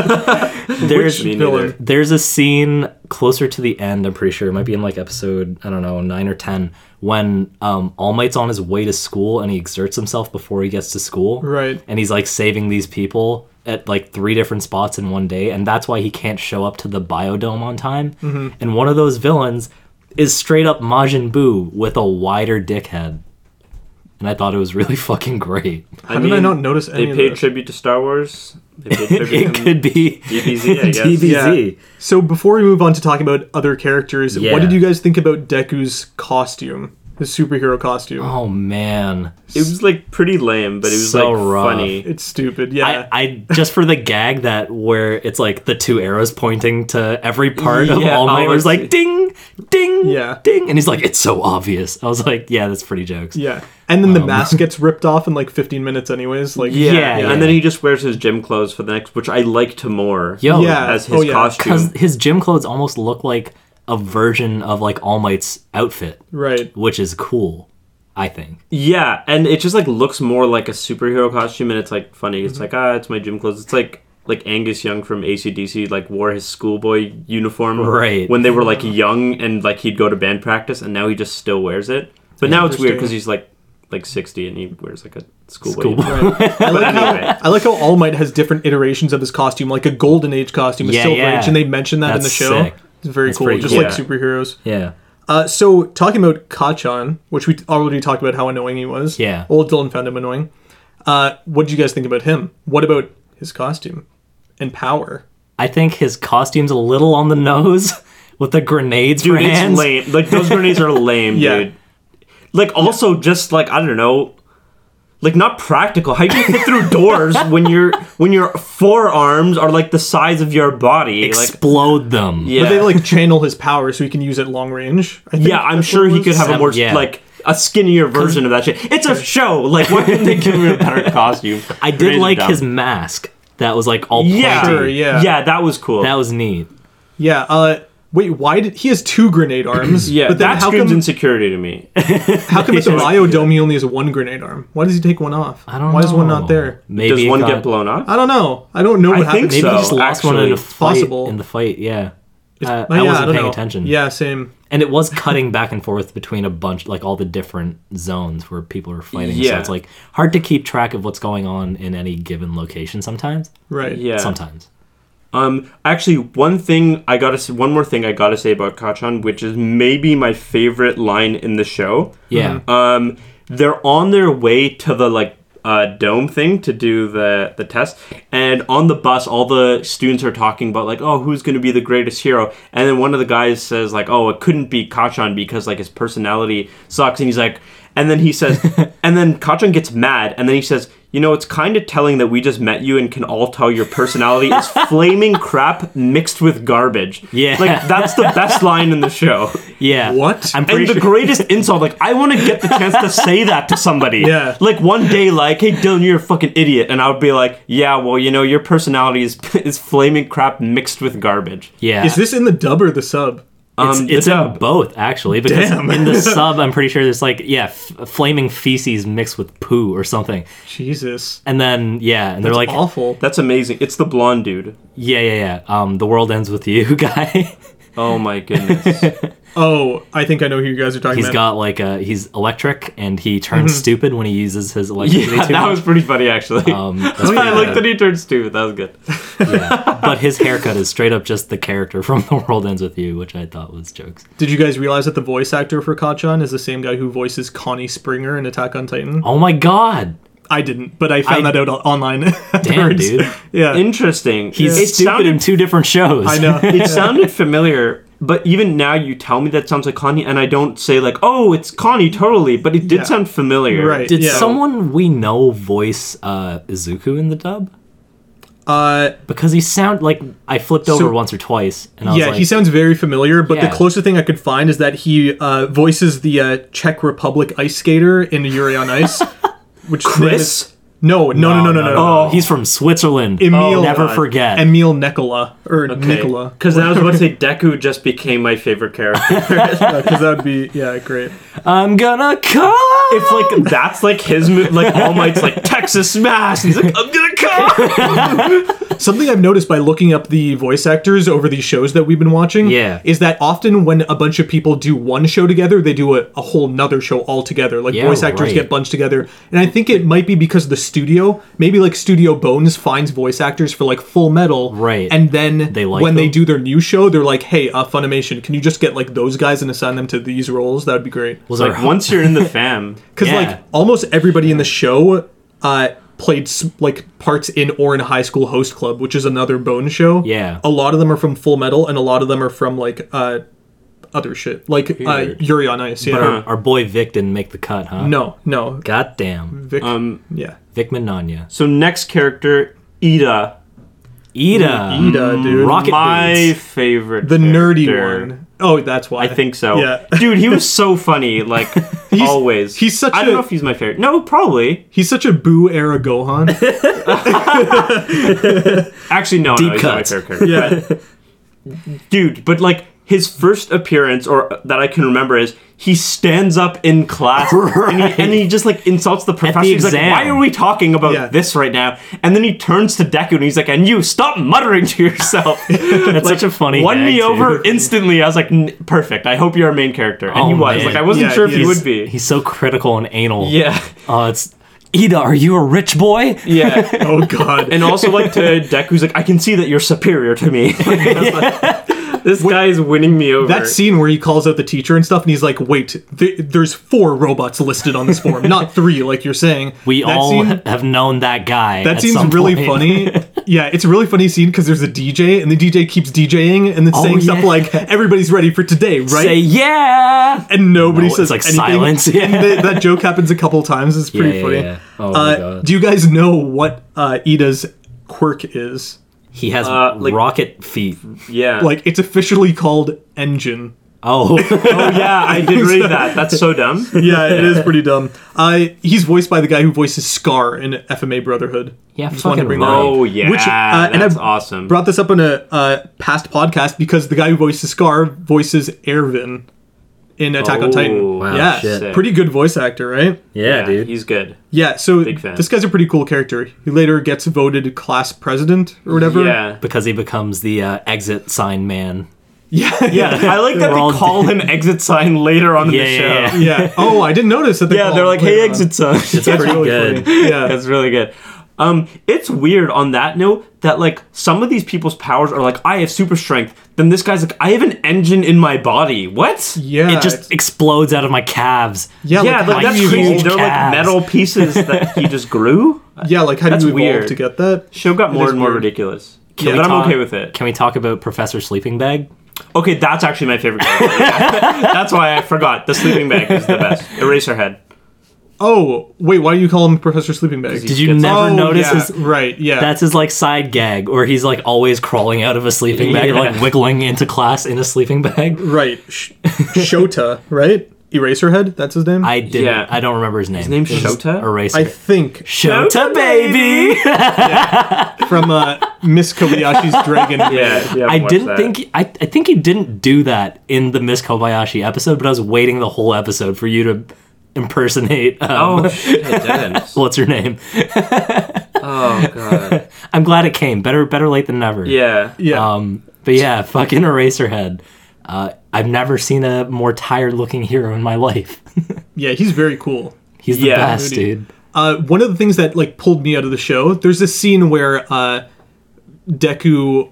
S4: There's
S3: Me
S6: Villain.
S3: neither.
S4: there's a scene closer to the end, I'm pretty sure. It might be in like episode, I don't know, nine or ten, when um All Might's on his way to school and he exerts himself before he gets to school.
S6: Right.
S4: And he's like saving these people at like three different spots in one day, and that's why he can't show up to the biodome on time.
S3: Mm-hmm.
S4: And one of those villains is straight up Majin Buu with a wider dickhead. And I thought it was really fucking great.
S6: How did I not notice any
S3: They
S6: of
S3: paid
S6: this?
S3: tribute to Star Wars. They paid
S4: It
S3: tribute to
S4: could be
S3: DBZ, I guess.
S4: DBZ.
S6: So before we move on to talking about other characters,
S4: Yeah.
S6: what did you guys think about Deku's costume? his superhero costume.
S4: Oh man.
S3: It was like pretty lame, but it was
S4: So
S3: like
S4: rough.
S3: funny.
S6: It's stupid. Yeah.
S4: I, I just for the gag that where it's like the two arrows pointing to every part of
S3: Yeah,
S4: All Might
S3: oh,
S4: was
S3: I see.
S4: like ding, ding,
S6: Yeah.
S4: ding, and he's like it's so obvious. I was like, yeah, that's pretty jokes.
S6: yeah. And then the mask gets ripped off in like 15 minutes, anyways. Like,
S3: Yeah,
S4: Um. yeah.
S3: and then he just wears his gym clothes for the next, which I liked more.
S4: Yo,
S6: Yeah.
S3: as his
S6: Oh, yeah.
S4: because
S3: costume.
S4: his gym clothes almost look like a version of like All Might's outfit,
S6: Right.
S4: which is cool, I think.
S3: Yeah, and it just like looks more like a superhero costume, and it's like funny.
S6: Mm-hmm.
S3: It's like ah, it's my gym clothes. It's like like Angus Young from ACDC like wore his schoolboy uniform
S4: Right.
S3: when they were like young, and like he'd go to band practice, and now he just still wears it. But now it's weird because he's like like sixty, and he wears like a schoolboy.
S4: Schoolboy.
S3: uniform.
S6: I like, how,
S3: anyway.
S6: I like how All Might has different iterations of his costume, like a Golden Age costume, a
S4: Yeah,
S6: Silver
S4: yeah.
S6: Age, and they mention that in the
S4: That's
S6: show.
S4: sick.
S6: It's very
S4: That's
S6: cool,
S4: pretty
S6: just
S3: cool.
S6: like
S3: Yeah.
S6: superheroes.
S4: Yeah.
S6: Uh, so talking about Kachan, which we already talked about how annoying he was.
S4: Yeah.
S6: Old Dylan found him annoying. Uh, what did you guys think about him? What about his costume and power?
S4: I think his costume's a little on the nose with the grenades for
S3: Dude,
S4: hands.
S3: it's lame. Like those grenades are lame,
S6: Yeah.
S3: dude. Like also just like I don't know, like not practical. How you gonna fit through doors when your when your forearms are like the size of your body? like
S4: Explode them.
S3: yeah,
S6: But they like channel his power so he can use it long range. I think
S3: yeah. I'm
S6: that's
S3: sure
S6: what it
S3: he
S6: was.
S3: could have a
S4: Some-
S3: more
S4: yeah.
S3: like a skinnier version of that shit. It's a show. Like why didn't they give him a better costume?
S4: I did
S3: Grenades are
S4: like
S3: dumb.
S4: his mask that was like all
S3: yeah,
S4: pointy.
S6: Sure, yeah.
S3: yeah. That was cool.
S4: That was neat.
S6: Yeah. Uh, wait, why did he has two grenade arms?
S3: yeah,
S6: But then
S3: that
S6: how
S3: screams
S6: come
S3: insecurity to me.
S6: how come at the Ryo Dome he only has one grenade arm? Why does he take one off?
S4: I don't
S6: why
S4: know.
S6: is one not there?
S4: Maybe
S3: Does
S4: it
S3: one
S4: got-
S3: get blown off?
S6: I don't know. I don't know what
S3: I
S6: happened.
S3: think
S4: Maybe
S3: so.
S4: he just lost one in a
S3: actually.
S4: fight.
S6: Possible.
S4: In the fight, yeah. Uh,
S6: But
S4: I
S6: yeah,
S4: wasn't
S6: don't
S4: paying
S6: know.
S4: attention.
S6: Yeah, same.
S4: And it was cutting back and forth between a bunch, like all the different zones where people are fighting. So
S3: Yeah.
S4: it's like hard to keep track of what's going on in any given location sometimes.
S6: Right.
S3: Yeah.
S4: Sometimes.
S3: Um, actually, one thing I gotta say, one more thing I gotta say about Kachan, which is maybe my favorite line in the show.
S4: Yeah.
S6: Mm-hmm.
S3: Um, they're on their way to the like uh, dome thing to do the the test, and on the bus, all the students are talking about like, oh, who's gonna be the greatest hero? And then one of the guys says like, oh, it couldn't be Kachan because like his personality sucks, and he's like, and then he says, and then Kachan gets mad, and then he says. You know, it's kind of telling that we just met you and can all tell your personality is flaming crap mixed with garbage.
S4: Yeah.
S3: Like, that's the best line in the show
S4: yeah.
S6: What?
S4: I'm pretty
S3: and the
S4: sure.
S3: greatest insult. Like, I want to get the chance to say that to somebody.
S6: Yeah.
S3: Like one day, like, hey Dylan, you're a fucking idiot, and I would be like, yeah, well, you know, your personality is is flaming crap mixed with garbage.
S4: yeah.
S6: Is this in the dub or the sub?
S4: It's,
S3: Um,
S4: it's
S3: the
S4: in
S3: dub.
S4: both actually because
S6: Damn.
S4: in the sub I'm pretty sure there's like yeah f- flaming feces mixed with poo or something
S6: Jesus.
S4: and then yeah and they're like
S6: awful.
S3: That's amazing. It's the blonde dude.
S4: yeah yeah yeah um the world ends with you guy
S3: Oh my goodness.
S6: Oh, I think I know who you guys are talking
S4: he's
S6: about.
S4: got like a he's electric and he turns stupid when he uses his electricity
S3: Mm-hmm. yeah,
S4: too
S3: that
S4: much.
S3: was pretty funny actually.
S4: um, that's
S3: I
S4: pretty
S3: like
S4: good.
S3: that he turned stupid. That was good.
S4: Yeah. but his haircut is straight up just the character from the world ends with you which I thought was jokes
S6: Did you guys realize that the voice actor for Kachan is the same guy who voices Connie Springer in Attack on Titan?
S4: oh my god
S6: I didn't, but I found
S4: I-
S6: that out o- online.
S4: damn
S6: afterwards.
S4: dude
S6: Yeah.
S3: Interesting.
S4: he's
S3: it
S4: stupid
S3: sounded
S4: in two different shows
S6: I know.
S3: it sounded familiar, but even now you tell me that sounds like Connie, and I don't say like, "Oh, it's Connie," totally. But it did
S6: Yeah.
S3: sound familiar.
S6: Right.
S4: Did
S6: yeah.
S4: someone we know voice uh, Izuku in the dub?
S6: Uh,
S4: Because he sound like I flipped over
S6: So-
S4: once or twice, and I
S6: yeah,
S4: was like,
S6: he sounds very familiar, but
S4: Yeah.
S6: the closest thing I could find is that he uh, voices the uh, Czech Republic ice skater in Yuri on Ice. Which his name
S3: Chris?
S6: is- No, no, no, no, no, no.
S4: Oh, he's from Switzerland.
S6: Emil.
S4: oh, never
S6: God.
S4: forget.
S6: Emil Nicola or Nicola.
S3: Because I was about to say Deku just became my favorite character.
S6: Because Uh, that would be yeah, great.
S4: I'm gonna come.
S3: it's like that's like his mo- like All Might's like Texas Smash. He's like I'm gonna come.
S6: Something I've noticed by looking up the voice actors over these shows that we've been watching
S4: Yeah.
S6: is that often when a bunch of people do one show together, they do a, a whole nother show altogether. Like
S4: Yeah,
S6: voice actors
S4: right.
S6: get bunched together. And I think it might be because the studio, maybe like Studio Bones finds voice actors for like Full Metal.
S4: Right.
S6: And then
S4: They like
S6: when they
S4: them.
S6: do their new show, they're like, hey, uh, Funimation, can you just get like those guys and assign them to these roles? That would be great.
S4: was
S3: Like once you're in the fam,
S6: Because
S4: Yeah.
S6: like almost everybody in the show uh, played s- like parts in or in High School Host Club, which is another Bone show.
S4: Yeah.
S6: a lot of them are from Full Metal, and a lot of them are from like uh, other shit, like uh,
S4: Weird.
S6: Yuri on Ice. Yeah.
S4: Our, our boy Vic didn't make the cut, huh?
S6: No, Hmm. no.
S4: Goddamn.
S6: Vic,
S3: Um,
S6: yeah.
S4: Vic Mananya.
S3: So next character, Ida.
S4: Ida.
S6: Ida, dude.
S4: Rocket
S3: my
S4: Beans.
S3: favorite.
S6: The nerdy
S3: mm, character.
S6: one. Oh, that's why.
S3: I think so.
S6: Yeah.
S3: Dude, he was so funny. Like always.
S6: he's such
S3: I don't
S6: a-
S3: know if he's my favorite. No, probably.
S6: He's such a Boo era Gohan.
S3: Actually, no, no, he's
S4: cut.
S3: not my favorite character. But, dude, but like his first appearance, or uh, that I can remember, is he stands up in class and, he, and he just like insults the professor. he's
S4: exam.
S3: like, "Why are we talking about
S6: Yeah.
S3: this right now?" And then he turns to Deku and he's like, "And you stop muttering to yourself."
S4: That's such a funny
S3: Won
S4: gag,
S3: me
S4: dude.
S3: over instantly. I was like, "N- "Perfect. I hope you're a main character." And
S4: Oh,
S3: he was.
S4: man.
S3: Like I wasn't
S6: Yeah,
S3: sure if
S6: he
S3: he
S6: is.
S3: would be.
S4: He's so critical and anal.
S3: yeah.
S4: Oh, it's Ida, are you a rich boy?
S3: Yeah.
S6: oh God.
S3: and also like to Deku's like, I can see that you're superior to me. this guy is winning me over.
S6: that scene where he calls out the teacher and stuff, and he's like, "Wait, th- there's four robots listed on this form, not three, like you're saying."
S4: We
S6: that
S4: all
S6: Scene,
S4: have known that guy.
S6: that
S4: at
S6: seems
S4: some
S6: really
S4: point.
S6: funny. Yeah, it's a really funny scene because there's a DJ, and the DJ keeps DJing and then saying stuff
S4: Oh, yeah.
S6: like, "Everybody's ready for today, right?"
S4: Say yeah.
S6: and nobody
S4: No, it's
S6: says
S4: like
S6: anything.
S4: silence, yeah.
S6: And th- that joke happens a couple times. It's pretty
S4: yeah,
S6: funny.
S4: yeah. Oh my
S6: Uh,
S4: God.
S6: do you guys know what uh, Ida's quirk is?
S4: He has
S3: Uh, like-
S4: rocket feet. Uh,
S3: yeah.
S6: Like, it's officially called engine.
S4: Oh,
S3: oh yeah, I did read that. That's so dumb.
S6: Yeah, it is pretty dumb. Uh, he's voiced by the guy who voices Scar in FMA Brotherhood.
S4: Yeah,
S6: Just wanted
S4: fucking
S6: to bring that
S4: right.
S6: up.
S3: Oh yeah,
S6: Which, uh, and
S3: that's
S6: I
S3: awesome.
S6: Brought this up in a uh, past podcast because the guy who voices Scar voices Ervin in Attack on Titan.
S3: Oh, wow,
S6: yeah,
S4: shit.
S6: pretty good voice actor, right?
S4: yeah, dude.
S3: he's good.
S6: Yeah, so
S3: Big fan.
S6: this guy's a pretty cool character. He later gets voted class president or whatever.
S3: Yeah,
S4: because he becomes the uh, exit sign man.
S6: yeah,
S3: yeah.
S6: yeah,
S3: I like that
S4: We're all
S3: they call him Exit Sign later on in
S4: Yeah,
S3: the
S4: yeah,
S3: show.
S4: yeah.
S6: yeah. Oh, I didn't notice that. They
S3: Yeah,
S6: call
S3: they're
S6: him
S3: like, "Hey,
S6: later on."
S3: Exit Sign."
S4: It's pretty
S6: really
S4: good.
S6: funny. Yeah,
S3: That's really good. Um, it's weird on that note that like some of these people's powers are like I have super strength. Then this guy's like I have an engine in my body. What?
S6: yeah.
S4: it just
S6: it's-
S4: explodes out of my calves.
S6: yeah,
S3: Yeah,
S6: like,
S3: like,
S6: how
S3: that's
S6: do you
S3: crazy.
S6: evolve-
S3: They're
S4: calves.
S3: like metal pieces that he just grew.
S6: Yeah, like how
S3: That's
S6: do you evolve
S3: weird.
S6: to get that?
S3: Show got more
S6: is
S3: and more
S6: weird.
S3: ridiculous.
S4: Can
S3: Yeah,
S4: we
S3: but I'm
S4: talk-
S3: okay with it.
S4: Can we talk about Professor Sleeping Bag?
S3: Okay, that's actually my favorite. character. that's why I forgot. The sleeping bag is the best. Eraserhead.
S6: Oh, wait, why do you call him Professor Sleeping Bag?
S4: Did you
S3: gets-
S4: never
S6: oh,
S4: notice
S6: yeah,
S4: his?
S6: right, yeah.
S4: That's his like side gag, or he's like always crawling out of a sleeping bag, or like
S3: Yeah.
S4: wiggling into class in a sleeping bag.
S6: right. Sh- Shota, right? Eraserhead, that's his name?
S4: I didn't.
S3: Yeah.
S4: I don't remember his name. His
S3: name's Shota?
S4: Eraser.
S6: I think
S4: Shota baby.
S6: from uh, Miss Kobayashi's Dragon. Maid.
S3: yeah
S4: I didn't think he- I, I think he didn't do that in the Miss Kobayashi episode, but I was waiting the whole episode for you to impersonate. Um,
S3: Oh shit! I didn't.
S4: what's her name?
S3: Oh god.
S4: I'm glad it came. Better better late than never.
S3: Yeah.
S6: Yeah.
S4: Um, but yeah, fucking Eraserhead. Uh, I've never seen a more tired looking hero in my life.
S6: yeah, he's very cool.
S4: He's the
S3: Yeah.
S4: best, dude.
S6: Uh, one of the things that like pulled me out of the show, there's this scene where uh, Deku,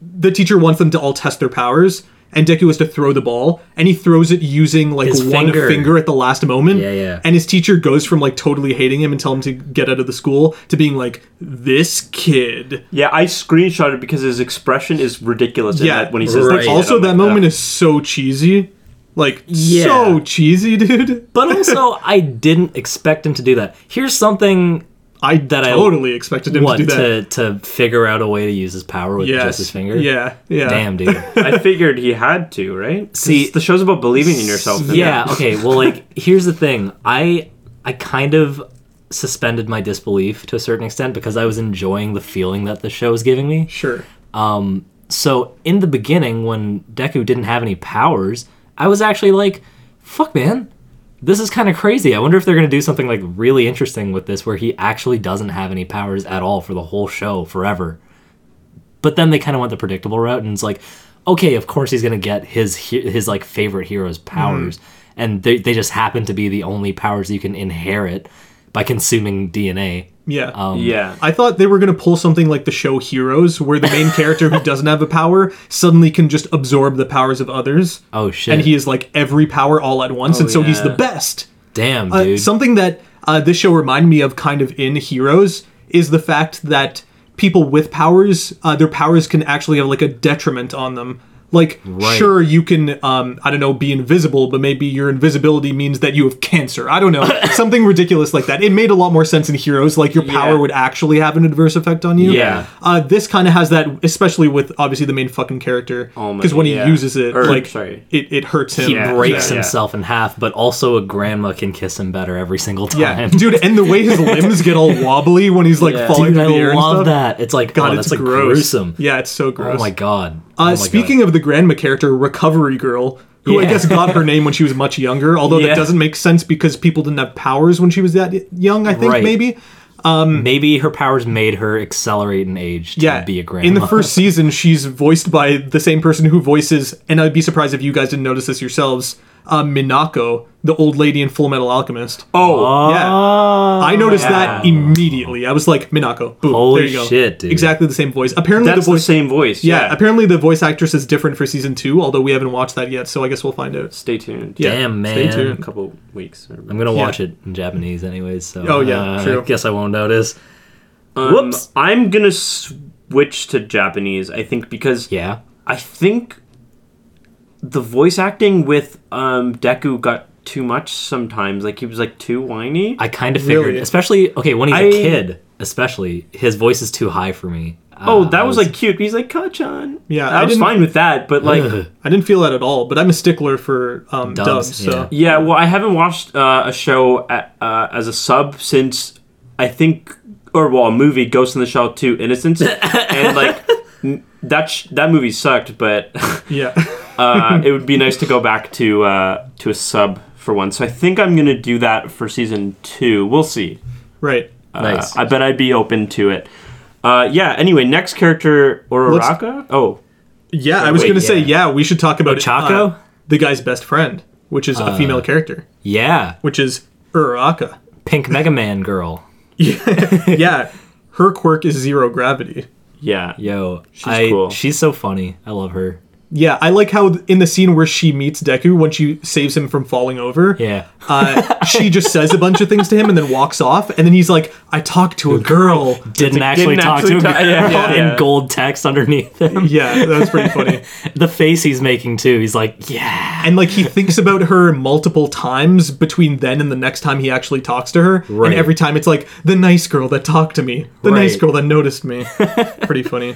S6: the teacher wants them to all test their powers, and Deku has to throw the ball, and he throws it using like
S4: His
S6: one
S4: finger.
S6: finger. at the last moment.
S4: Yeah, yeah.
S6: And his teacher goes from like totally hating him and telling him to get out of the school to being like, "This kid."
S3: Yeah, I screenshot it because his expression is ridiculous.
S6: Yeah,
S3: Yeah, when he says
S6: but
S3: that. shit,
S6: also
S3: I'm
S6: that
S3: like, "Ah."
S6: moment
S3: "Ugh."
S6: is so cheesy, like
S4: Yeah.
S6: so cheesy, dude.
S4: But also, I didn't expect him to do that. Here's something
S6: I
S4: That I-
S6: totally expected him
S4: what
S6: to do that.
S4: to, to figure out a way to use his power with
S6: yes.
S4: just his finger.
S6: Yeah. Yeah.
S4: Damn, dude.
S3: I figured he had to, right? 'Cause
S4: See-
S3: the show's about believing in yourself. isn't it?
S4: yeah okay well like here's the thing i i kind of suspended my disbelief to a certain extent because i was enjoying the feeling that the show was giving me
S6: Sure.
S4: so in the beginning when deku didn't have any powers i was actually like fuck man this is kind of crazy i wonder if they're going to do something like really interesting with this where he actually doesn't have any powers at all for the whole show forever but then they kind of went the predictable route and it's like okay of course he's going to get his he- his like favorite hero's powers and they, they just happen to be the only powers you can inherit by consuming dna
S6: Yeah.
S3: Yeah.
S6: I thought they were going to pull something like the show Heroes, where the main character who doesn't have a power suddenly can just absorb the powers of others.
S4: oh shit
S6: And he is like every power all at once, and so he's
S3: yeah.
S6: the best.
S4: damn
S6: Uh,
S4: dude
S6: something that uh, this show reminded me of kind of in Heroes is the fact that people with powers, uh, their powers can actually have like a detriment on them. Like,
S4: Right.
S6: sure, you can, um, I don't know, be invisible, but maybe your invisibility means that you have cancer. I don't know. Something ridiculous like that. It made a lot more sense in Heroes. Like, your power
S3: Yeah.
S6: would actually have an adverse effect on you.
S3: Yeah.
S6: Uh, this kind of has that, especially with obviously the main fucking character.
S3: Alma,
S6: Because when he
S3: Oh yeah.
S6: uses it,
S3: Or,
S6: like,
S3: sorry.
S6: It, it hurts him.
S4: He
S3: Yeah, yeah,
S4: breaks
S3: yeah.
S4: himself in half, but also a grandma can kiss him better every single time.
S6: Yeah, dude, and the way his limbs get all wobbly when he's like
S3: Yeah.
S6: falling
S4: Dude,
S6: through
S4: I
S6: the air and
S4: love
S6: stuff.
S4: that. It's like,
S6: God,
S4: oh, that's
S6: it's
S4: like
S6: gross.
S4: gruesome.
S6: Yeah, it's so gross.
S4: Oh my god. Oh
S6: Uh,
S4: my
S6: speaking
S4: God.
S6: of the grandma character, Recovery Girl, who I
S4: Yeah.
S6: guess got her name when she was much younger, although
S3: Yeah.
S6: that doesn't make sense because people didn't have powers when she was that young. I think
S4: Right.
S6: maybe.
S4: maybe her powers made her accelerate in age to
S6: Yeah,
S4: be a grandma.
S6: in the first season, she's voiced by the same person who voices, and I'd be surprised if you guys didn't notice this yourselves. Uh, Minako, the old lady in Full Metal Alchemist.
S3: Oh,
S6: yeah. I noticed that
S4: yeah.
S6: immediately. I was like, Minako, boom,
S4: Holy
S6: there you go.
S4: shit, dude.
S6: Exactly the same voice. Apparently,
S3: that's
S6: the
S3: the,
S6: voice.
S3: same voice.
S6: yeah, apparently the voice actress is different for season two, although we haven't watched that yet, so I guess we'll find out.
S3: Stay tuned.
S6: Yeah.
S4: Damn
S6: Stay
S4: man.
S3: A
S6: tuned.
S3: couple weeks. Or
S4: I'm gonna watch it in Japanese anyways, so
S6: Oh, yeah,
S4: uh,
S6: true.
S4: I guess I won't notice.
S3: Um,
S4: Whoops.
S3: I'm gonna switch to Japanese. I think because
S4: Yeah.
S3: I think the voice acting with um, Deku got too much sometimes. Like he was like too whiny.
S4: I kind of figured,
S6: Really?
S4: especially okay when he's a
S3: I-
S4: kid, especially his voice is too high for me.
S3: oh,
S4: Uh,
S3: that
S4: I
S3: was, like cute. He's like Kachan.
S6: Yeah,
S3: I,
S6: I
S3: was
S6: didn't-
S3: fine with that. But like,
S4: Ugh.
S6: I didn't feel that at all, but I'm a stickler for um, dubs,
S4: Dubs,
S6: so.
S3: yeah. Well, I haven't watched uh, a show a uh, as a sub since I think, or well, a movie Ghost in the Shell Two: Innocence, and like. n- That sh- that movie sucked, but
S6: Yeah.
S3: uh, it would be nice to go back to uh, to a sub for one. So I think I'm gonna do that for season two. We'll see.
S6: right.
S4: nice.
S3: Uh, I bet I'd be open to it. Uh, yeah. Anyway, next character Ororaka. Oh,
S6: Yeah, I was
S3: wait,
S6: going to say,
S4: yeah.
S6: yeah, we should talk about
S4: Ochako? Uh,
S6: uh, the guy's best friend, which is a female character,
S4: yeah,
S6: which is Uraraka.
S4: Pink Mega Man girl.
S6: yeah, her quirk is zero gravity.
S3: yeah.
S4: Yo, she's
S3: cool.
S4: She's so funny. I love her.
S6: Yeah, I like how in the scene where she meets Deku when she saves him from falling over,
S4: Yeah.
S6: uh, she just says a bunch of things to him and then walks off. And then he's like, I talked to a girl.
S4: Didn't actually
S3: didn't
S4: talk
S3: actually
S4: to
S3: ta-
S4: a girl
S3: yeah, yeah, yeah.
S4: in gold text underneath him.
S6: Yeah, that was pretty funny.
S4: The face he's making too. He's like, yeah.
S6: And like he thinks about her multiple times between then and the next time he actually talks to her.
S4: Right.
S6: And every time it's like, the nice girl that talked to me, the nice
S4: Right.
S6: girl that noticed me. pretty funny.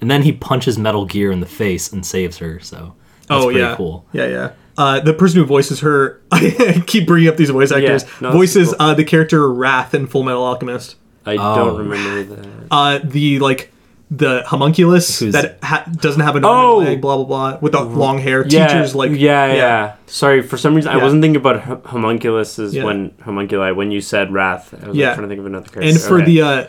S4: And then he punches Metal Gear in the face and saves her. So that's
S6: oh,
S4: pretty
S6: yeah.
S4: cool.
S6: Yeah, yeah. Uh, the person who voices her, I keep bringing up these voice actors,
S3: no, that's
S6: voices
S3: cool.
S6: uh, the character Wrath in Full Metal Alchemist.
S3: I
S4: Oh.
S3: don't remember that.
S6: uh, the like the homunculus
S4: Who's-
S6: that ha- doesn't have an arm
S3: Oh!
S6: and leg, blah blah blah, with the long hair.
S3: Yeah,
S6: Teachers like
S3: yeah, yeah, Sorry, for some reason I
S6: Yeah.
S3: wasn't thinking about hum- homunculuses
S6: Yeah.
S3: when homunculi when you said wrath. I was
S6: Yeah.
S3: like, trying to think of another character.
S6: And for
S3: Okay.
S6: the uh,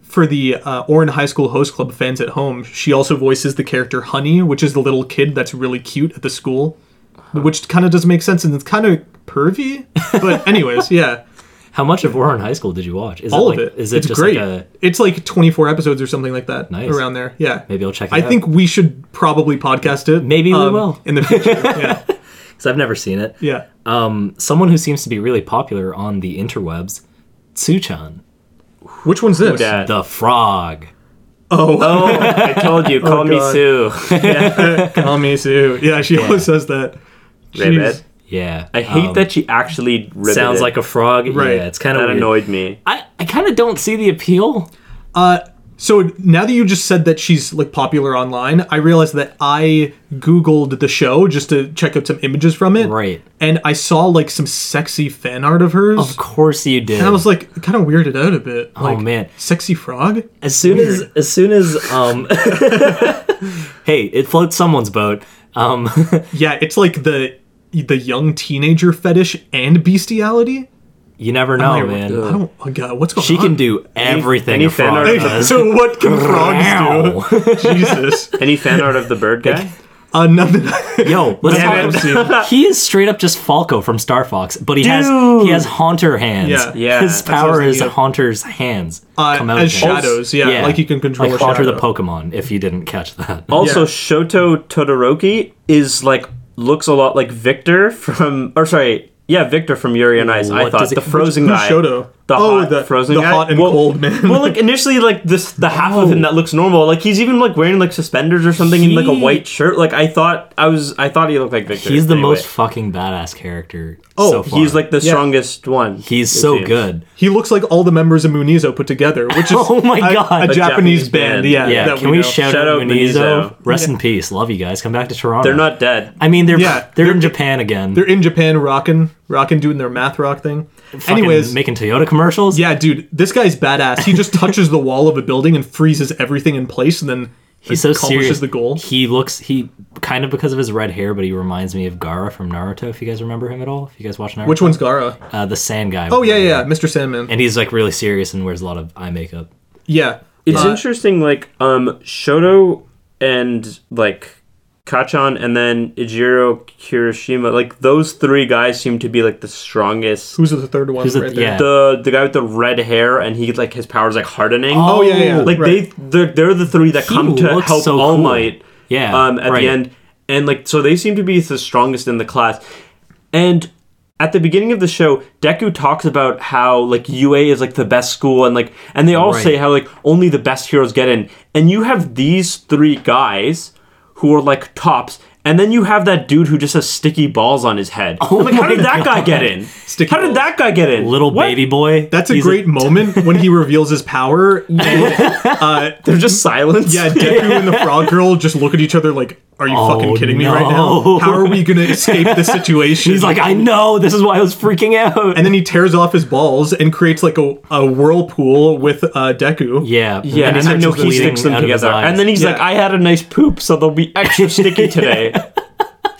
S6: for the uh, Orin High School host club fans at home, she also voices the character Honey, which is the little kid that's really cute at the school, which kind of doesn't make sense and it's kind of pervy. But anyways, yeah,
S4: How much of War in High School did you watch? Is
S6: all
S4: like,
S6: of it.
S4: Is it
S6: it's
S4: just
S6: great.
S4: like a?
S6: It's like twenty four episodes or something like that
S4: Nice.
S6: around there. Yeah,
S4: Maybe I'll check it
S6: I
S4: out.
S6: think we should probably podcast it. um,
S4: Maybe we will.
S6: in the future. yeah,
S4: Because I've never seen it.
S6: yeah.
S4: Um, someone who seems to be really popular on the interwebs, Tsuchan,
S6: Which one's this?
S3: Dad.
S4: the frog.
S6: Oh,
S3: Oh, I told you, call me
S6: God.
S3: Sue.
S6: Call me Sue. Yeah, she always says that. Jeez.
S3: Ribbit.
S4: Yeah,
S3: I hate
S4: um,
S3: that she actually riveted.
S4: Sounds like a frog.
S6: Right.
S4: Yeah, it's kind of
S3: that
S4: weird.
S3: annoyed me.
S4: I, I kind of don't see the appeal.
S6: Uh, So now that you just said that she's like popular online, I realized that I googled the show just to check out some images from it.
S4: Right.
S6: And I saw like some sexy fan art of hers.
S4: Of course you did.
S6: and I was like kind of weirded out a bit.
S4: oh man.
S6: Sexy frog?
S4: As soon as as soon as um Hey, it floats someone's boat. Um
S6: Yeah, it's like the the young teenager fetish and bestiality.
S4: you never know,
S6: I, I
S4: man.
S6: don't oh god, what's going
S4: She
S6: on?
S4: can do everything
S3: any
S4: a
S3: fan
S4: frog
S3: art-
S4: does.
S6: so what can frogs
S4: Ow.
S6: do? Jesus.
S3: Any fan art of the bird guy?
S6: Uh, nothing.
S4: Yo, let's
S6: Damn
S4: talk
S6: it.
S4: about He is straight up just Falco from Star Fox, but he has he
S3: Dude.
S4: has haunter hands.
S6: Yeah.
S3: Yeah,
S4: His
S3: that's what I
S6: was
S4: power is
S6: thinking of.
S4: haunter's hands.
S6: Uh,
S4: come out
S6: as
S4: of him.
S6: shadows, yeah, like you can control
S4: like
S6: a
S4: Haunter the
S6: shadow.
S4: Pokemon, if you didn't catch that.
S3: Also,
S6: Yeah.
S3: Shoto Todoroki is like looks a lot like Victor from, or sorry, yeah, Victor from Yuri and Ice. I
S4: What
S3: thought
S4: does he-
S3: the frozen
S6: Who's
S3: guy,
S6: Shoto?
S3: the the
S6: Oh,
S3: hot
S6: the-
S3: frozen
S6: the
S3: guy.
S6: hot and
S3: well,
S6: cold man.
S3: well, like initially, like this the half of him that looks normal. Like he's even like wearing like suspenders or something in like a
S4: He-
S3: white shirt. Like I thought I was I thought he looked like Victor.
S4: He's the
S3: anyway.
S4: most fucking badass character.
S6: Oh,
S4: so far.
S3: He's like the
S6: Yeah.
S3: strongest one.
S4: he's
S3: it
S4: so
S3: seems.
S4: good.
S6: He looks like all the members of Munizo put together, which is
S4: Oh my
S6: a-
S4: God.
S6: a,
S4: A
S6: Japanese,
S3: Japanese
S6: band.
S3: band.
S6: Yeah,
S4: Yeah,
S6: that
S4: can
S6: we
S4: we,
S6: know.
S4: shout,
S3: Shout
S4: out
S3: out
S4: Munizo?
S3: Munizo.
S4: Rest in peace. Love you guys. Come back to Toronto.
S3: They're not dead.
S4: I mean, they're
S6: Yeah,
S4: they're,
S6: they're-
S4: in Japan again.
S6: They're in Japan, rocking, rocking, doing their math rock thing.
S4: Fucking
S6: Anyways,
S4: making Toyota commercials.
S6: yeah, dude, this guy's badass. He just touches the wall of a building and freezes everything in place, and then
S4: he's so
S6: accomplishes
S4: serious.
S6: the goal.
S4: He looks he kind of because of his red hair, but he reminds me of Gara from Naruto. If you guys remember him at all, if you guys watch Naruto,
S6: Which one's Gara?
S4: Uh, the sand guy.
S6: Oh yeah, yeah, yeah, Mr. Sandman.
S4: And he's like really serious and wears a lot of eye makeup.
S6: yeah,
S3: It's
S6: Uh,
S3: interesting, like, um, Shoto and, like, Kachan and then Ijiro Kirishima, like, those three guys seem to be, like, the strongest.
S6: who's the third one
S4: Who's the-
S6: right there?
S4: yeah.
S3: The the guy with the red hair and he, like, his powers, like, hardening.
S6: Oh yeah, yeah.
S3: Like,
S6: right.
S3: they, they're, they're the three that
S4: He
S3: come to
S4: looks
S3: help
S4: so
S3: All
S4: cool.
S3: Might,
S4: Yeah,
S3: um, at
S4: right.
S3: the end. And, like, so they seem to be the strongest in the class. And at the beginning of the show, Deku talks about how like UA is like the best school and like and they all
S4: Right.
S3: say how like only the best heroes get in. And you have these three guys who are like tops and then you have that dude who just has sticky balls on his head. like, how
S4: Oh my
S3: did that guy
S4: God.
S3: get in?
S6: Sticky
S3: how did
S6: balls.
S3: that guy get in?
S4: Little
S3: What?
S4: baby boy.
S6: That's a
S4: He's
S6: great moment when he reveals his power. And, uh,
S3: They're just silence.
S6: yeah, Deku and the Frog Girl just look at each other like, "Are you fucking kidding me right now?
S4: Oh, no.
S6: How are we gonna escape this situation?"
S4: He's like, I know. This is why I was freaking out.
S6: and then he tears off his balls and creates like a, a whirlpool with uh, Deku.
S4: yeah,
S3: Yeah, and,
S4: it's
S3: I know
S4: just
S3: he
S4: bleeding
S3: sticks them
S4: out of his
S3: together.
S4: eyes.
S3: And then he's
S6: Yeah.
S3: like, I had a nice poop, so they'll be extra sticky today.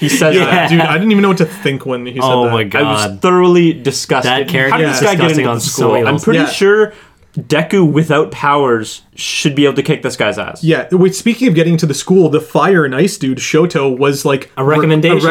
S3: He says that.
S4: Yeah.
S6: Uh, dude, I didn't even know what to think when he said
S4: oh
S6: that.
S4: my god,
S3: I was thoroughly disgusted.
S4: That character
S3: How did
S4: is
S3: this guy get
S4: disgusting
S3: into
S4: on
S3: the
S4: so
S3: school?
S4: many
S3: I'm
S4: levels.
S3: pretty
S6: Yeah.
S3: sure Deku without powers should be able to kick this guy's ass.
S6: Yeah. Wait. Speaking of getting to the school, the fire and ice dude Shoto was like
S4: A recommendation.
S6: A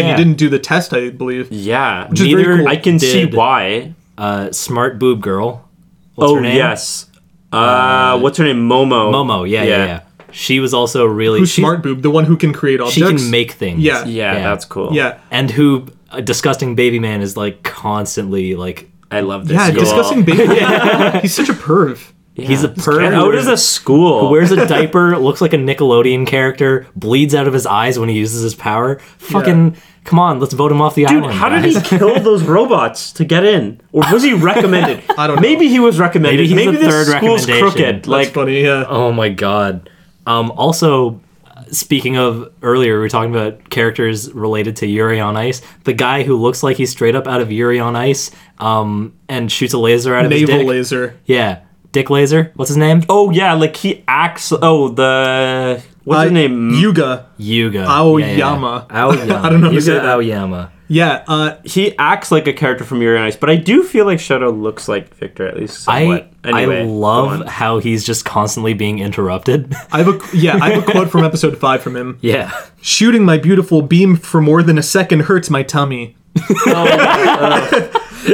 S4: Yeah, yeah, yeah.
S6: He didn't do the test, I believe.
S3: Yeah.
S6: is very
S4: Neither
S6: cool.
S3: I can see
S4: did,
S3: why.
S4: Uh, smart boob girl. What's
S3: Oh
S4: her name?
S3: yes. Uh, what's her name? Momo.
S4: Momo. Yeah, yeah, yeah. She was also really
S6: Who's
S4: she's-
S6: smart boob? The one who can create objects.
S4: She can make things.
S6: Yeah.
S3: Yeah,
S4: Yeah.
S3: that's cool.
S6: Yeah.
S4: and who a disgusting baby man is like constantly like
S3: I love this.
S6: Yeah.
S3: school.
S6: Disgusting baby. He's such a perv.
S4: he's a
S3: Get
S4: perv.
S3: out of the school.
S4: Wears a diaper, looks like a Nickelodeon character, bleeds out of his eyes when he uses his power. Fucking come on, let's vote him off the
S3: Dude,
S4: island.
S3: how did
S4: guys.
S3: he kill those robots to get in? Or was he recommended?
S6: I don't know.
S3: Maybe he was recommended.
S4: Maybe
S3: Maybe,
S4: he's the
S3: this
S4: third
S3: school's
S4: recommendation.
S3: crooked.
S4: That's
S6: That's
S3: like
S6: funny. Yeah.
S4: Oh my god. Um, also, speaking of earlier, we were talking about characters related to Yuri on Ice. The guy who looks like he's straight up out of Yuri on Ice, um, and shoots a laser out of his
S6: Naval
S4: dick.
S6: laser.
S4: Yeah, Dick Laser. What's his name?
S3: Oh yeah, like he acts. Oh the what's
S6: Uh,
S3: his name?
S6: Yuga.
S4: Yuga.
S6: Aoyama.
S4: Yeah, yeah. Aoyama.
S6: I don't know how to
S4: Yuga
S6: say that.
S4: Aoyama.
S6: Yeah. Uh,
S3: he acts like a character from Yuri on Ice, but I do feel like Shadow looks like Victor at least somewhat.
S4: I
S3: anyway,
S4: I
S3: go
S4: love
S3: on.
S4: how he's just constantly being interrupted.
S6: I have a yeah. I have a quote from episode five from him.
S4: yeah.
S6: Shooting my beautiful beam for more than a second hurts my tummy.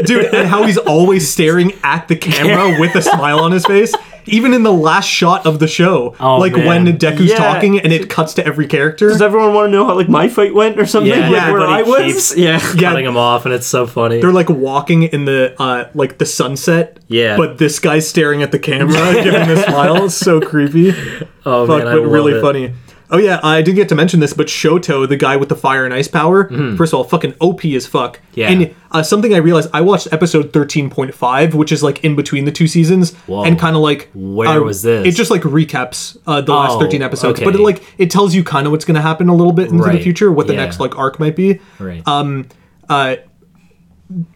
S6: Dude, and how he's always staring at the camera with a smile on his face, even in the last shot of the show.
S4: Oh,
S6: like
S4: man.
S6: when Deku's
S3: Yeah.
S6: talking and it cuts to every character.
S3: Does everyone want to know how like my fight went or something?
S4: Yeah,
S3: like,
S6: yeah,
S3: where
S4: but
S3: I
S4: he
S3: was.
S4: keeps-
S3: Yeah,
S6: Yeah.
S4: Cutting him off, and it's so funny.
S6: They're like walking in the uh like the sunset.
S4: Yeah.
S6: But this guy's staring at the camera, giving a smile. It's so creepy.
S4: oh
S6: Fuck,
S4: man, I
S6: but
S4: love
S6: really
S4: it.
S6: funny. Oh yeah, I didn't get to mention this, but Shoto, the guy with the fire and ice power, first of all, fucking OP as fuck.
S4: Mm-hmm. Yeah.
S6: And uh, something I realized, I watched episode thirteen point five, which is like in between the two seasons,
S4: Whoa.
S6: and kind of like
S4: Where
S6: uh,
S4: was this?
S6: It just like recaps uh, the last
S4: Oh,
S6: thirteen episodes,
S4: okay.
S6: but it like it tells you kind of what's going to happen a little bit into the
S4: Right,
S6: future, what the
S4: yeah.
S6: next like arc might be.
S4: Right.
S6: Uh,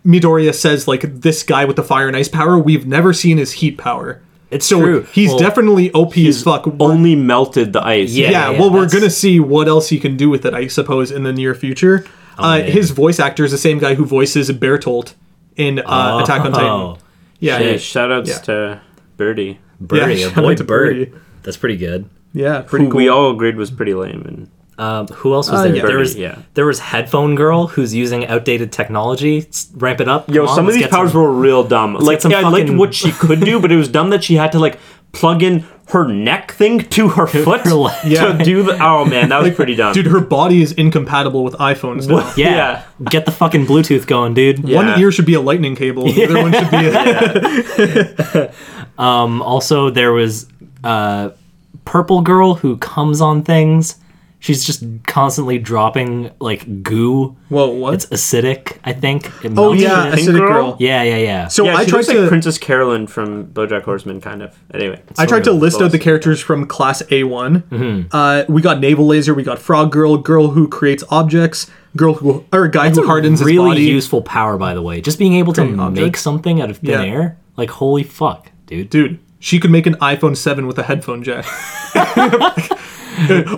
S6: Midoriya says like this guy with the fire and ice power, we've never seen his heat power.
S4: It's
S6: so
S4: true.
S6: he's
S4: Well,
S6: definitely OP as fuck.
S3: only melted the ice.
S4: Yeah.
S6: Yeah, well, we're
S4: that's-
S6: gonna see what else he can do with it, I suppose, in the near future.
S3: Oh,
S6: uh,
S4: man.
S6: his voice actor is the same guy who voices Bertolt in uh, Attack on Titan.
S4: Oh.
S6: Yeah,
S3: Hey, shout outs
S6: Yeah.
S3: to Birdie,
S4: Birdie,
S6: Yeah,
S4: a
S6: shout out
S4: boy
S6: to
S4: Birdie.
S6: Birdie.
S4: That's pretty good.
S6: yeah, pretty
S3: who
S6: cool.
S3: we all agreed was pretty lame. And
S4: Um, who else was
S6: Uh,
S4: there?
S6: yeah.
S4: There was
S3: Birdie, yeah.
S4: there was headphone girl who's using outdated technology. S- Ramp it up.
S3: yo,
S4: Come on,
S3: some of
S4: let's
S3: these
S4: get
S3: powers
S4: some-
S3: were real dumb. Like
S4: get some
S3: yeah, I liked
S4: fucking-
S3: what she could do, but it was dumb that she had to like plug in her neck thing to her foot
S4: her leg.
S3: to do the. Oh man, that was pretty dumb.
S6: Dude, her body is incompatible with iPhones now.
S3: What?
S4: Yeah. Get the fucking Bluetooth going, dude.
S3: Yeah.
S6: One ear should be a lightning cable. The other one should be a,
S4: Um, also, there was uh, Purple Girl who comes on things. She's just constantly dropping like goo.
S6: Whoa, what?
S4: It's acidic, I think. It
S6: oh
S4: melts
S6: yeah,
S4: it.
S3: Pink
S6: acidic
S3: girl?
S6: girl.
S4: yeah, yeah, yeah.
S6: So
S3: yeah,
S6: I
S3: she
S6: tried
S3: looks
S6: to
S3: like Princess Carolyn from BoJack Horseman, kind of. Anyway,
S6: I tried to
S3: Sorry,
S6: list out the
S3: both.
S6: characters from Class A1.
S3: Mm-hmm.
S6: Uh, we got Naval Laser, we got Frog Girl, Girl who creates objects, Girl who or a guy who hardens his
S4: really
S6: body.
S4: useful power, by the way. Just being able to
S6: Creating
S4: make
S6: objects.
S4: something out of thin
S6: Yeah.
S4: air. Like holy fuck, dude.
S6: Dude, she could make an iPhone 7 with a headphone jack.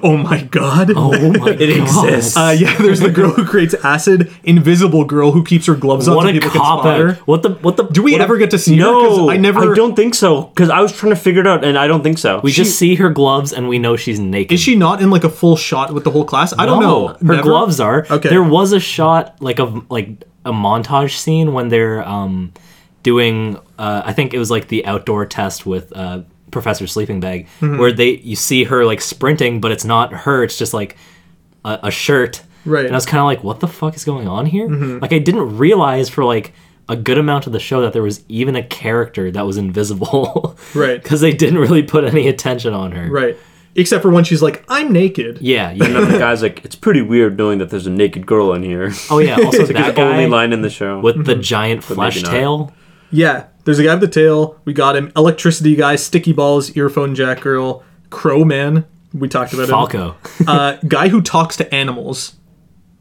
S6: oh my god.
S4: Oh my god.
S3: It exists.
S6: Uh, yeah, there's the girl who creates acid, invisible girl who keeps her gloves on so
S4: What a
S6: people can
S4: cop
S6: spot her.
S4: out. What the what the
S6: Do we ever get to see her? 'Cause
S3: No,
S6: I never.
S3: I don't think so. Because I was trying to figure it out, and I don't think so.
S4: we just see her gloves and we know she's naked.
S6: Is she not in like a full shot with the whole class? I don't know.
S4: Her
S6: Never?
S4: gloves are.
S6: Okay.
S4: There was a shot like of like a montage scene when they're um doing uh I think it was like the outdoor test with uh Professor Sleeping Bag
S6: Mm-hmm.
S4: where they you see her like sprinting but it's not her it's just like a, a shirt.
S6: Right. Mm-hmm.
S4: And I was kind of like what the fuck is going on here? Like I didn't realize for like a good amount of the show that there was even a character that was invisible.
S6: Right.
S4: Cuz they didn't really put any attention on her.
S6: Right. Except for when she's like, I'm naked.
S4: Yeah, you
S3: And
S4: know.
S3: then the guy's like, "It's pretty weird knowing that there's a naked girl in here."
S4: Oh yeah, also
S3: It's like
S4: that
S3: his
S4: guy
S3: only line in the show.
S4: with
S6: Mm-hmm.
S4: the giant flesh
S3: maybe not.
S4: tail.
S6: Yeah, there's a guy with the tail. We got him. Electricity guy, sticky balls, earphone jack girl, crow man. We talked about him.
S4: Falco.
S6: Uh, guy who talks to animals.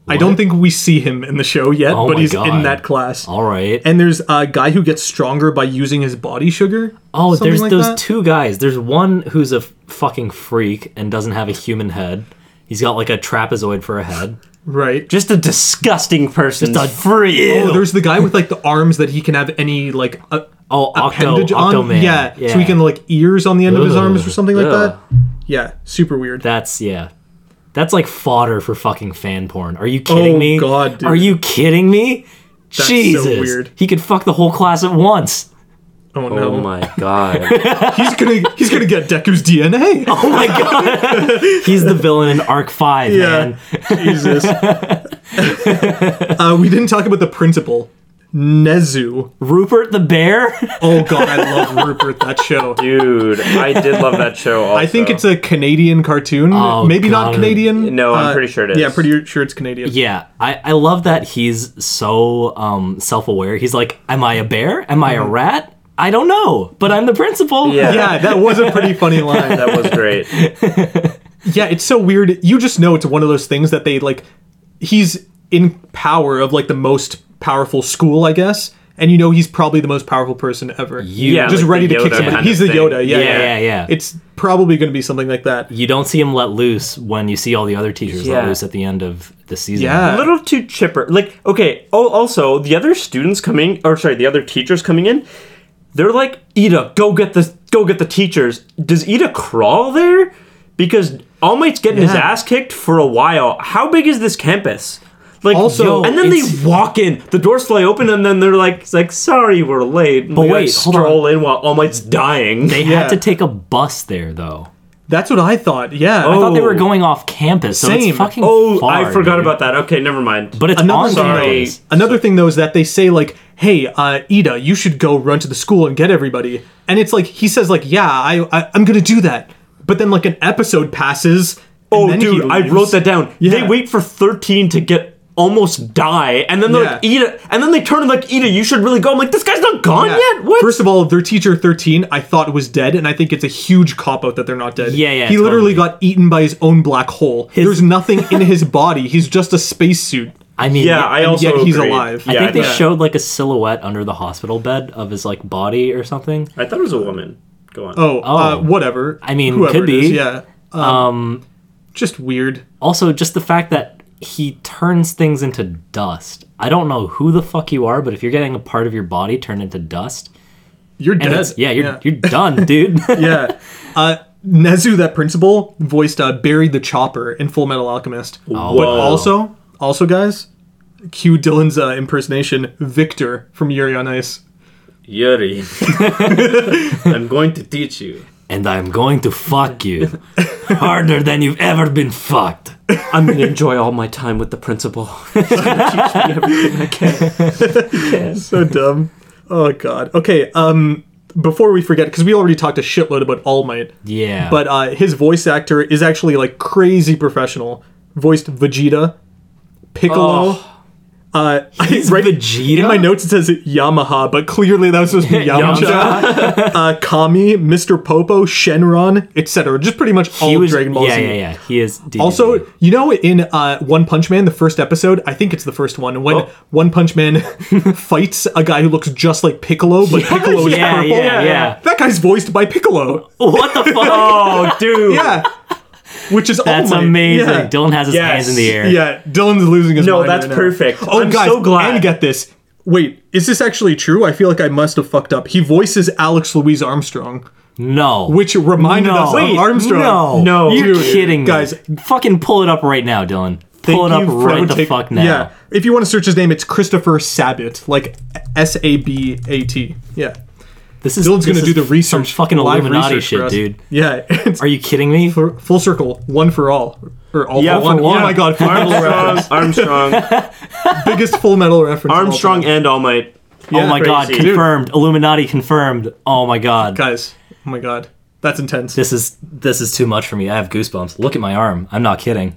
S6: I don't think we see him in the show yet,
S4: Oh
S6: but
S4: my
S6: he's in
S4: God. Oh.
S6: that class.
S4: All right.
S6: And there's a guy who gets stronger by using his body sugar.
S4: oh,
S6: Something
S4: there's
S6: like
S4: those
S6: that.
S4: two guys. There's one who's a f- fucking freak and doesn't have a human head. He's got like a trapezoid for a head.
S6: Right.
S3: just a disgusting person.
S4: Just a-
S3: free.
S6: Oh, there's the guy with like the arms that he can have any like a,
S4: Oh, Octo,
S6: appendage on.
S4: Octoman.
S6: Yeah, so he can like ears on the end of his arms or something like
S4: Ugh.
S6: that. Yeah, super weird.
S4: That's yeah. That's like fodder for fucking fan porn. Are you kidding
S6: Oh,
S4: me?
S6: God, dude.
S4: Are you kidding me?
S6: That's so
S4: Jesus.
S6: weird.
S4: He could fuck the whole class at once.
S6: oh no,
S3: Oh my god.
S6: he's gonna he's gonna get Deku's DNA.
S4: Oh my god. He's the villain in Arc 5, man.
S6: Jesus. uh, we didn't talk about the principal, Nezu.
S4: Rupert the bear?
S6: Oh God, I love Rupert. That show.
S3: Dude, I did love that show. Also.
S6: I think it's a Canadian cartoon.
S4: Oh,
S6: Maybe not
S4: God.
S6: Canadian. uh,
S3: No, I'm pretty sure it
S6: Yeah,
S3: is.
S6: pretty sure it's Canadian.
S4: Yeah, I, I love that he's so um, self aware. He's like, Am I a bear? Am I a rat? I don't know, but I'm the principal.
S3: Mm-hmm. Yeah.
S6: Yeah, that was a pretty funny line.
S3: that was great.
S6: Yeah, it's so weird. You just know it's one of those things that they like. He's in power of like the most powerful school, I guess, and you know he's probably the most powerful person ever.
S3: Yeah,
S6: just
S3: like
S6: ready
S3: the
S6: to kick
S3: Yoda
S6: somebody.
S3: kind
S6: He's
S3: of
S6: the
S3: thing.
S6: Yoda. Yeah,
S4: Yeah,
S6: yeah,
S4: yeah, yeah.
S6: It's probably going to be something like that.
S4: You don't see him let loose when you see all the other teachers let
S3: Yeah.
S4: loose at the end of the season.
S6: Yeah.
S3: a little too chipper. Like, okay. Oh, also the other students coming, or sorry, the other teachers coming in, they're like, Ida, go get the go get the teachers. Does Ida crawl there? Because All Might's getting his
S6: Yeah.
S3: ass kicked for a while. How big is this campus? Like,
S6: Also- Yo,
S3: and then they
S4: it's-
S3: walk in. The doors fly open, and then they're like, it's like, sorry, we're late. But
S4: wait, hold on.
S3: stroll in while All Might's dying.
S4: They
S6: Yeah.
S4: had to take a bus there, though.
S6: That's what I thought. Yeah.
S4: I thought they were
S3: Oh.
S4: going off campus, so
S6: Same.
S4: it's fucking
S3: oh,
S4: far,
S3: I forgot
S4: dude.
S3: about that. Okay, never mind.
S4: But it's
S6: Another
S4: on
S6: thing, though,
S3: Sorry.
S4: campus.
S6: is- another thing though is that they say like, "Hey, uh, Ida, you should go run to the school and get everybody." And it's like he says like, "Yeah, I, I I'm gonna do that," but then like an episode passes. and
S3: Oh,
S6: then he
S3: dude, I
S6: leaves.
S3: wrote that down. They
S6: Yeah.
S3: wait for 13 to get almost die, and then they're like,
S6: Yeah.
S3: Ida, and then they turn and like, Ida, you should really go. I'm like, this guy's not gone
S6: Yeah.
S3: yet? What?
S6: First of all, their teacher 13, I thought was dead, and I think it's a huge cop out that they're not dead.
S4: Yeah, yeah,
S6: He literally
S4: totally.
S6: got eaten by his own black hole. There's nothing in his body. He's just a spacesuit.
S4: I mean,
S3: yeah, I also.
S6: yet he's
S3: agreed.
S6: alive. I
S4: I
S3: Yeah,
S4: think they
S3: thought-
S4: showed like a silhouette under the hospital bed of his like body or something.
S3: I thought it was a woman. Go on.
S6: Oh, uh,
S4: Oh.
S6: whatever.
S4: I mean,
S6: Whoever
S4: could
S6: it is,
S4: be.
S6: yeah. Um, just weird.
S4: Also, just the fact that he turns things into dust. I don't know who the fuck you are, but if you're getting a part of your body turned into dust,
S6: You're
S4: and
S6: dead.
S4: it's, yeah, you're you're done, dude.
S6: yeah. Uh, Nezu, that principal, voiced uh, Barry the Chopper in Full Metal Alchemist.
S4: Oh.
S6: But
S3: Whoa.
S6: also, also guys, cue Dylan's uh, impersonation, Victor from Yuri on Ice.
S3: Yuri. I'm going to teach you.
S4: and I'm going to fuck you harder than you've ever been fucked.
S3: I'm gonna enjoy all my time with the principal.
S6: so dumb. Oh god. Okay. Um, before we forget, because we already talked a shitload about All Might.
S4: Yeah.
S6: But uh, his voice actor is actually like crazy professional. Voiced Vegeta, Piccolo. Uh,
S4: Oh. He's
S6: right
S4: Vegeta?
S6: in my notes it says Yamaha, but clearly that was supposed to be Yamcha. uh, Kami, Mr. Popo, Shenron, etc. Just pretty much all
S4: he
S6: of
S4: was
S6: Dragon Ball
S4: yeah,
S6: Z.
S4: yeah, yeah. He is DDZ.
S6: Also, you know, in uh, One Punch Man, the first episode, I think it's the first one, when
S4: Oh.
S6: One Punch Man fights a guy who looks just like Piccolo, but Piccolo is
S4: yeah,
S6: purple.
S4: yeah, yeah.
S6: That guy's voiced by Piccolo.
S4: what the fuck? oh, dude.
S6: Yeah. Which is
S4: That's
S6: All Might.
S4: amazing.
S6: Yeah.
S4: Dylan has his
S3: Yes.
S4: hands in the air.
S6: Yeah, Dylan's losing his
S3: No,
S6: mind.
S3: that's
S6: right now.
S3: perfect.
S6: Oh,
S3: I'm
S6: guys,
S3: so glad.
S6: And get this. Wait, is this actually true? I feel like I must have fucked up. He voices Alex Louise Armstrong,
S4: No.
S6: which reminded
S4: no.
S6: us of Armstrong.
S4: No.
S3: No.
S4: You're
S6: Dude,
S4: kidding me.
S6: guys.
S4: Fucking pull it up right now, Dylan. Pull it up
S6: Thank you for-
S4: right the
S6: take-
S4: fuck now.
S6: Yeah. If you want to search his name, it's Christopher Sabat, like S A B A T. Yeah.
S4: This is
S6: Dylan's
S4: this
S6: gonna do
S4: is
S6: the
S4: some
S6: research.
S4: fucking
S6: live
S4: Illuminati
S6: research for
S4: shit,
S6: us.
S4: dude.
S6: Yeah. It's
S4: Are you kidding me?
S6: for- full circle, one for all, or all
S3: Yeah,
S6: for one.
S3: for
S6: Oh
S3: one.
S6: my god, Full Metal
S3: Armstrong,
S6: Reference.
S3: Armstrong,
S6: biggest Full Metal reference. of all
S3: Armstrong,
S6: time.
S3: and All Might.
S4: oh my god,
S3: Crazy.
S4: confirmed. Illuminati confirmed. Oh my god.
S6: guys. Oh my god, that's intense.
S4: This is this is too much for me. I have goosebumps. Look at my arm. I'm not kidding.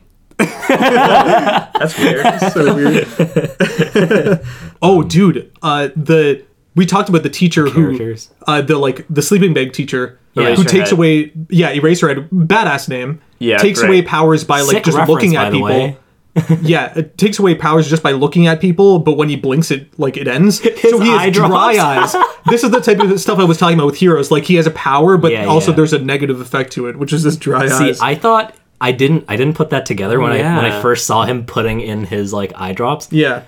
S3: That's weird.
S6: so weird. oh, dude, uh, the we talked about the teacher
S4: Characters.
S6: who, uh, the like the sleeping bag teacher
S4: Yeah.
S6: who takes
S3: Eraserhead.
S6: away, yeah, Eraserhead, badass name,
S3: Yeah,
S6: takes
S3: great.
S6: away powers by like
S4: Sick
S6: just
S4: reference,
S6: looking at
S4: by the way.
S6: people. yeah, it takes away powers just by looking at people, but when he blinks, it like it ends. so he has
S4: eye
S6: dry eyes. this is the type of stuff I was talking about with heroes. Like he has a power, but
S4: Yeah,
S6: also
S4: yeah.
S6: there's a negative effect to it, which is this dry
S4: See,
S6: eyes.
S4: I thought I didn't I didn't put that together when I when I
S3: Yeah.
S4: first saw him putting in his like eye drops.
S6: yeah,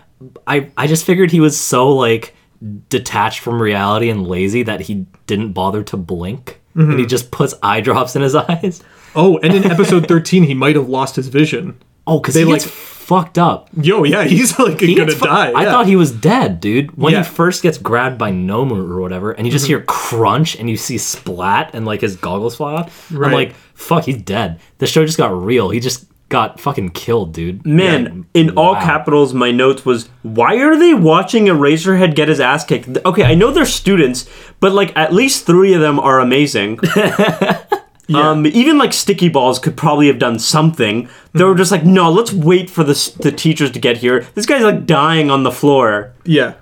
S4: I I just figured he was so like detached from reality and lazy that he didn't bother to blink and
S6: Mm-hmm.
S4: he just puts eye drops in his eyes.
S6: Oh, and in episode 13, he might have lost his vision.
S4: Oh, because
S6: They,
S4: he gets
S6: like-
S4: fucked up.
S6: Yo, yeah, he's like
S4: He
S6: gonna
S4: gets fu-
S6: die.
S4: I
S6: yeah.
S4: thought he was dead, dude. When
S6: Yeah. Mhm.
S4: he first gets grabbed by Nomu or whatever, and you just hear crunch and you see splat and like his goggles fly off.
S6: Right.
S4: I'm like, fuck, he's dead. The show just got real. He just got fucking killed, dude.
S3: Man, in all capitals, my notes was why are they watching a Razorhead get his ass kicked? Th- Okay, I know they're students, but like at least three of them are amazing. Um, even like sticky balls could probably have done something. They
S4: Hmm.
S3: were just like, no, let's wait for the s- the teachers to get here. This guy's like dying on the floor.
S6: Yeah.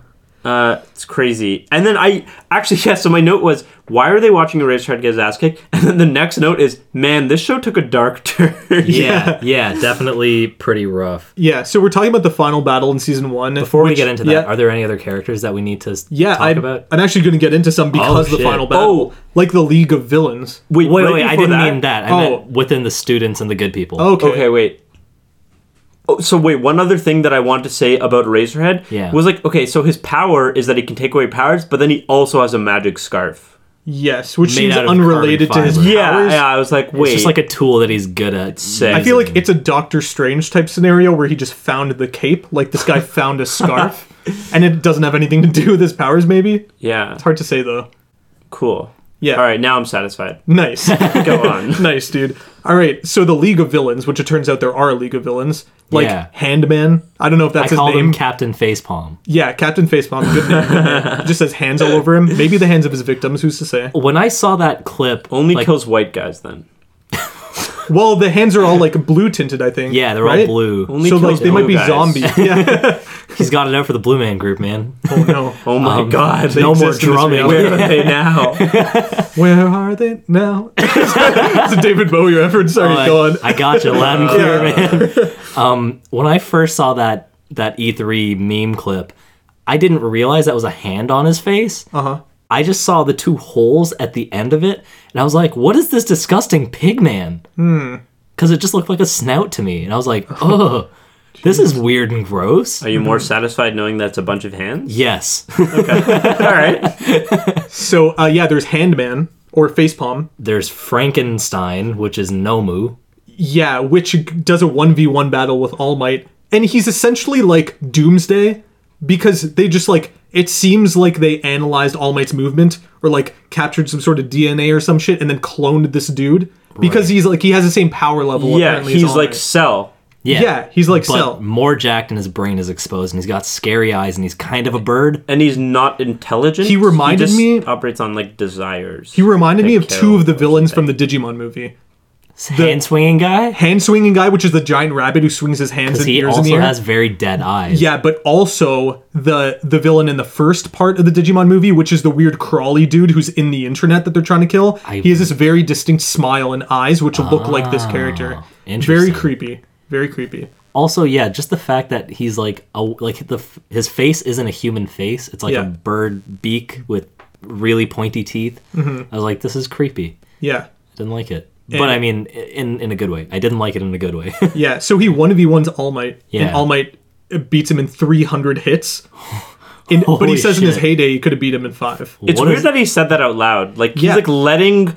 S3: Uh, it's crazy. And then I actually yeah. So my note was, why are they watching a Razorhead get his ass kicked? And then the next note is, man, this show took a dark turn.
S4: Yeah, yeah, definitely pretty rough.
S6: Yeah, so we're talking about the final battle in season one.
S4: Before we get into that,
S6: yeah.
S4: are there any other characters that we need to s-
S6: yeah,
S4: talk
S6: I'm,
S4: about? Oh,
S6: I'm actually going to get into some because of the
S4: shit.
S6: final battle.
S3: Oh.
S6: Like the League of Villains.
S3: Wait,
S4: Wait,
S3: right
S4: wait, I
S3: before
S4: didn't mean that. I
S6: Oh.
S4: meant within the students and the good people.
S6: Okay.
S3: Okay, wait. Oh, so wait, one other thing that I want to say about Razorhead
S4: Yeah.
S3: was like, okay, so his power is that he can take away powers, but then he also has a magic scarf.
S6: Yes, which
S4: Made
S6: seems
S4: out of
S6: unrelated to
S4: carbon
S6: his
S4: fiber.
S3: Yeah,
S6: powers.
S3: yeah, I was like, wait,
S4: It's just like a tool that he's good at.
S3: sick.
S6: I feel like it's a Doctor Strange type scenario where he just found the cape. Like this guy found a scarf, and it doesn't have anything to do with his powers. Maybe it's
S3: yeah,
S6: hard to say though.
S3: cool.
S6: Yeah.
S3: All right, now I'm satisfied.
S6: Nice.
S3: Go on.
S6: nice, dude. All right, so the League of Villains, which it turns out there are a League of Villains, like
S4: Yeah.
S6: Handman. I don't know if
S4: I
S6: that's his
S4: called
S6: name.
S4: him Captain Facepalm.
S6: yeah, Captain Facepalm. Good name. just says hands all over him. Maybe the hands of his victims. Who's to say?
S4: When I saw that clip,
S3: Only
S4: like,
S3: kills white guys then.
S6: Well, the hands are all like blue tinted. I think.
S4: Yeah, they're all
S6: right?
S4: blue.
S3: Only
S6: So
S3: kills
S6: like they
S3: blue
S6: might be
S3: guys.
S6: zombies. Yeah.
S4: He's got it out for the Blue Man Group, man.
S6: oh no.
S3: Oh my god,
S4: no more
S6: exist in this
S4: drumming.
S6: reality.
S3: where are they now?
S6: Where are they now? it's a David Bowie reference. Sorry,
S4: Like,
S6: go on.
S4: Oh, I got you loud and clear, man. Um, when I first saw that that E3 meme clip, I didn't realize that was a hand on his face. Uh
S6: Uh-huh.
S4: huh. I just saw the two holes at the end of it, and I was like, "What is this disgusting pig man?" Hmm. Because it just looked like a snout to me, and I was like, "Oh, this is weird and gross."
S3: Are you more satisfied knowing that's a bunch of hands?
S4: yes,
S3: All right.
S6: so uh, yeah, there's Handman or Facepalm.
S4: there's Frankenstein, which is Nomu.
S6: Yeah, which does a 1v1 battle with All Might. And he's essentially like Doomsday because they just like It seems like they analyzed All Might's movement or like captured some sort of DNA or some shit and then cloned this dude because he's like he has the same power level.
S3: yeah,
S6: apparently, as
S3: he's
S6: All
S3: like
S6: Might.
S3: Cell.
S4: Yeah,
S6: Yeah, he's like
S4: but
S6: Cell.
S4: more jacked and his brain is exposed, and he's got scary eyes, and he's kind of a bird.
S3: And he's not intelligent.
S6: He reminded
S3: just
S6: me-
S3: operates on like desires.
S6: He reminded me
S3: They
S6: of
S3: kill
S6: two of the
S3: or
S6: villains from the Digimon movie.
S4: Hand swinging guy.
S6: Hand swinging guy, which is the giant rabbit who swings his hands
S4: Because
S6: and
S4: he
S6: ears in the
S4: also
S6: air.
S4: has very dead eyes.
S6: yeah, but also the the villain in the first part of the Digimon movie, which is the weird crawly dude who's in the internet that they're trying to kill.
S4: I- Ah,
S6: he has this very distinct smile and eyes, which look like this character. Very
S4: interesting.
S6: creepy. Very creepy.
S4: Also, yeah, just the fact that he's like a like the f- his face isn't a human face; it's like
S6: Yeah.
S4: a bird beak with really pointy teeth.
S6: Mm-hmm.
S4: I was like, this is creepy.
S6: Yeah.
S4: I didn't like it, but I mean, in in a good way. I didn't like it in a good way.
S6: Yeah. So he one v ones All Might, and
S4: Yeah.
S6: All Might uh, beats him in three hundred hits. In, but he
S4: Holy
S6: says in his
S4: shit.
S6: heyday he could have beat him in five.
S3: It's
S4: What
S3: weird
S4: is-
S3: that he said that out loud. Like he's
S6: Yeah.
S3: like letting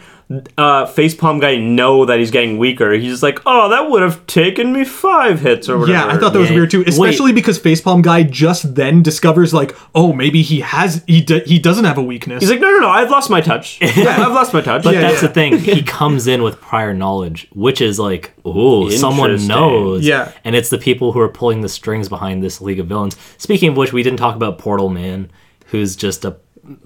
S3: uh facepalm guy know that he's getting weaker. He's just like, "Oh, that would have taken me 5 hits or whatever."
S6: Yeah, I thought that was
S4: Yeah.
S6: weird too, especially because Facepalm guy just then discovers like, oh, maybe he has he d- he doesn't have a weakness.
S3: He's like, "No, no, no, I've lost my touch. yeah, I've lost my touch."
S4: But
S6: Yeah,
S4: that's
S6: yeah.
S4: the thing. He comes in with prior knowledge, which is like, oh, someone
S3: Interesting.
S4: knows.
S6: Yeah.
S4: And it's the people who are pulling the strings behind this League of Villains. Speaking of which, we didn't talk about Portal Man, who's just a,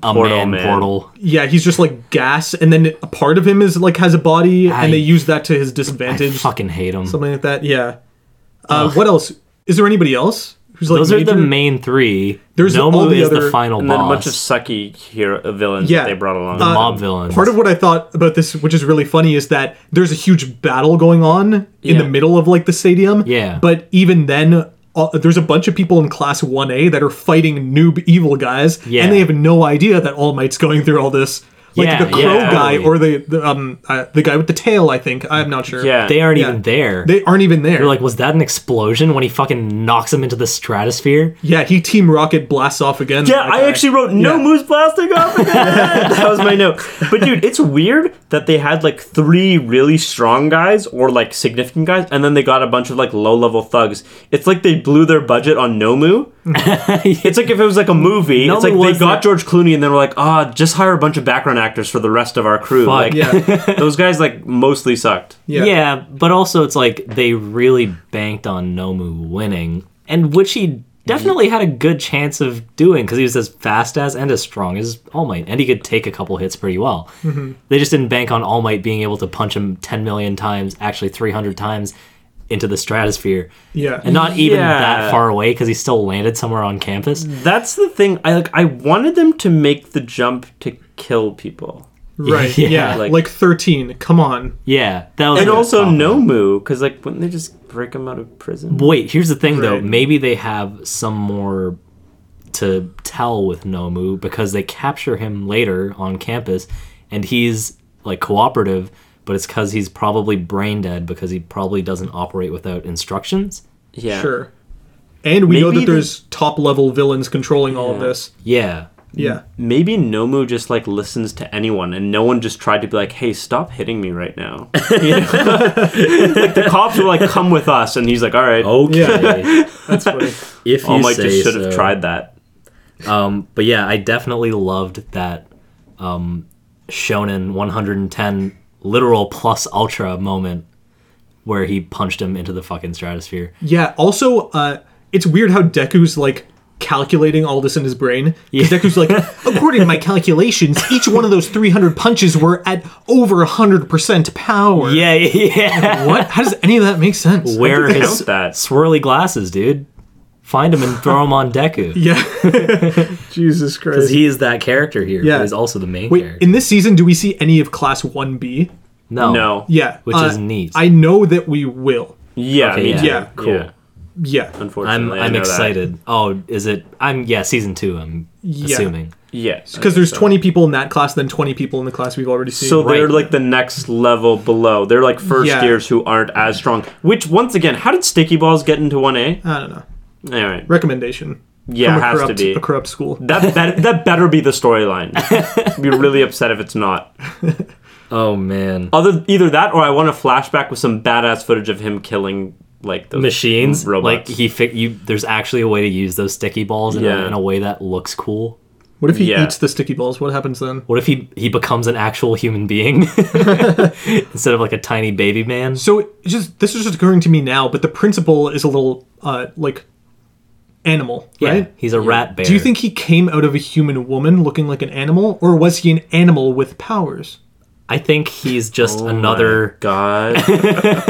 S4: a
S3: Portal
S4: man,
S3: Man.
S4: portal.
S6: yeah, he's just like gas, and then a part of him is like has a body,
S4: I-
S6: and they use that to his
S4: I
S6: disadvantage,
S4: fucking hate him.
S6: something like that. Yeah. Uh, what else? Is there anybody else who's like?
S4: Those are the
S6: major-
S4: main three.
S6: There's
S4: Nomu
S6: all the
S4: is
S6: other-
S4: the final
S3: and
S4: boss.
S3: then a bunch of sucky hero villains
S6: Yeah.
S3: that they brought along.
S6: Uh,
S4: mob villains.
S6: Part of what I thought about this, which is really funny, is that there's a huge battle going on in the
S3: Yeah.
S6: middle of like the stadium.
S4: Yeah.
S6: But even then, uh, there's a bunch of people in class 1A that are fighting noob evil guys,
S4: Yeah.
S6: and they have no idea that All Might's going through all this. Like
S4: Yeah,
S6: the crow
S4: yeah,
S6: guy
S4: totally.
S6: or the, the um uh, the guy with the tail, I think. I'm not sure.
S3: yeah.
S4: they aren't
S6: Yeah.
S4: even there.
S6: They aren't even there.
S4: You're like, was that an explosion when he fucking knocks him into the stratosphere?
S6: yeah, he Team Rocket blasts off again.
S3: Yeah,
S6: that
S3: I
S6: guy.
S3: actually wrote no
S6: Yeah.
S3: moose plastic off again. that was my note. But dude, it's weird that they had like three really strong guys or like significant guys, and then they got a bunch of like low level thugs. It's like they blew their budget on Nomu. it's like if it was like a movie.
S4: Nomu
S3: it's like
S4: was
S3: they got
S4: the-
S3: George Clooney and they were like, ah, just hire a bunch of background actors for the rest of our crew.
S4: Fuck.
S3: Like those guys like mostly sucked.
S6: Yeah.
S4: yeah, but also it's like they really banked on Nomu winning, and which he definitely had a good chance of doing because he was as fast as and as strong as All Might, and he could take a couple hits pretty well.
S3: Mm-hmm.
S4: They just didn't bank on All Might being able to punch him 10 million times, actually 300 times into the stratosphere.
S6: Yeah.
S4: And not even
S3: Yeah. Mm.
S4: that far away because he still landed somewhere on campus.
S3: That's the thing. I like I wanted them to make the jump to kill people.
S6: Right. Yeah.
S4: Yeah,
S6: Like,
S3: like- 13.
S6: 13. Come on.
S4: Yeah, that was
S3: And
S4: a
S3: also
S4: compliment.
S3: Nomu, because like wouldn't they just break him out of prison?
S4: Wait, here's the thing though.
S6: Right.
S4: Maybe they have some more to tell with Nomu because they capture him later on campus and he's like cooperative, but it's because he's probably brain dead because he probably doesn't operate without instructions.
S3: Yeah.
S6: Sure. And we know
S3: Maybe
S6: that
S3: the-
S6: there's top level villains controlling all of
S3: Yeah.
S6: this.
S4: Yeah. Mm-hmm.
S6: Yeah.
S3: Maybe Nomu just like listens to anyone and no one just tried to be like, hey, stop hitting me right now. You know? like the cops were like, come with us. And he's like, all right.
S4: Okay.
S6: That's funny.
S4: if you
S3: All Might
S4: say
S3: just should have
S4: so.
S3: tried that.
S4: Um, but yeah, I definitely loved that um, Shonen 110 literal plus ultra moment where he punched him into the fucking stratosphere.
S6: yeah. Also, uh, it's weird how Deku's like calculating all this in his brain. Because Deku's like, according to my calculations, each one of those 300 punches were at over 100% power.
S4: Yeah, yeah.
S6: What? How does any of that make sense?
S4: Wear
S3: they
S4: his
S3: count that?
S4: swirly glasses, dude. Find him and throw him on Deku.
S6: Yeah. Jesus Christ.
S4: Because he is that character here.
S6: Yeah.
S4: But he's also the main
S6: Wait,
S4: character.
S6: in this season, do we see any of Class 1B?
S4: no.
S3: No.
S6: Yeah.
S4: Which
S6: uh,
S4: is neat.
S6: I know that we will.
S3: Yeah.
S4: Okay,
S3: me
S4: yeah.
S3: too.
S6: Yeah.
S4: Cool.
S6: Yeah.
S4: I'm
S3: Unfortunately. I
S4: I'm
S3: know that.
S4: excited. Oh, is it I'm yeah, season two, I'm assuming.
S3: Yeah.
S6: Because there's 20 people in that class, then 20 people in the class we've already seen.
S3: So they're
S4: Right.
S3: like the next level below. They're like first
S6: Yeah.
S3: years who aren't as strong. Which, once again, how did Sticky Balls get into 1A?
S6: I don't know.
S3: All right.
S6: Recommendation.
S3: Yeah,
S6: From a
S3: has to
S6: corrupt,
S3: be.
S6: a corrupt school.
S3: That, bet that better be the storyline. I'd be really upset if it's not.
S4: Oh man.
S3: Other either that or I want a flashback with some badass footage of him killing like those
S4: machines.
S3: robots.
S4: Like he, fi- you, there's actually a way to use those sticky balls in,
S3: Yeah.
S4: a, in a way that looks cool.
S6: What if he
S3: Yeah.
S6: eats the sticky balls? What happens then?
S4: What if he he becomes an actual human being instead of like a tiny baby man?
S6: So it just this is just occurring to me now, but the principle is a little uh like animal,
S4: Yeah,
S6: right?
S4: he's a rat bear.
S6: Do you think he came out of a human woman looking like an animal, or was he an animal with powers?
S4: I think he's just
S3: Another
S4: another.
S3: Oh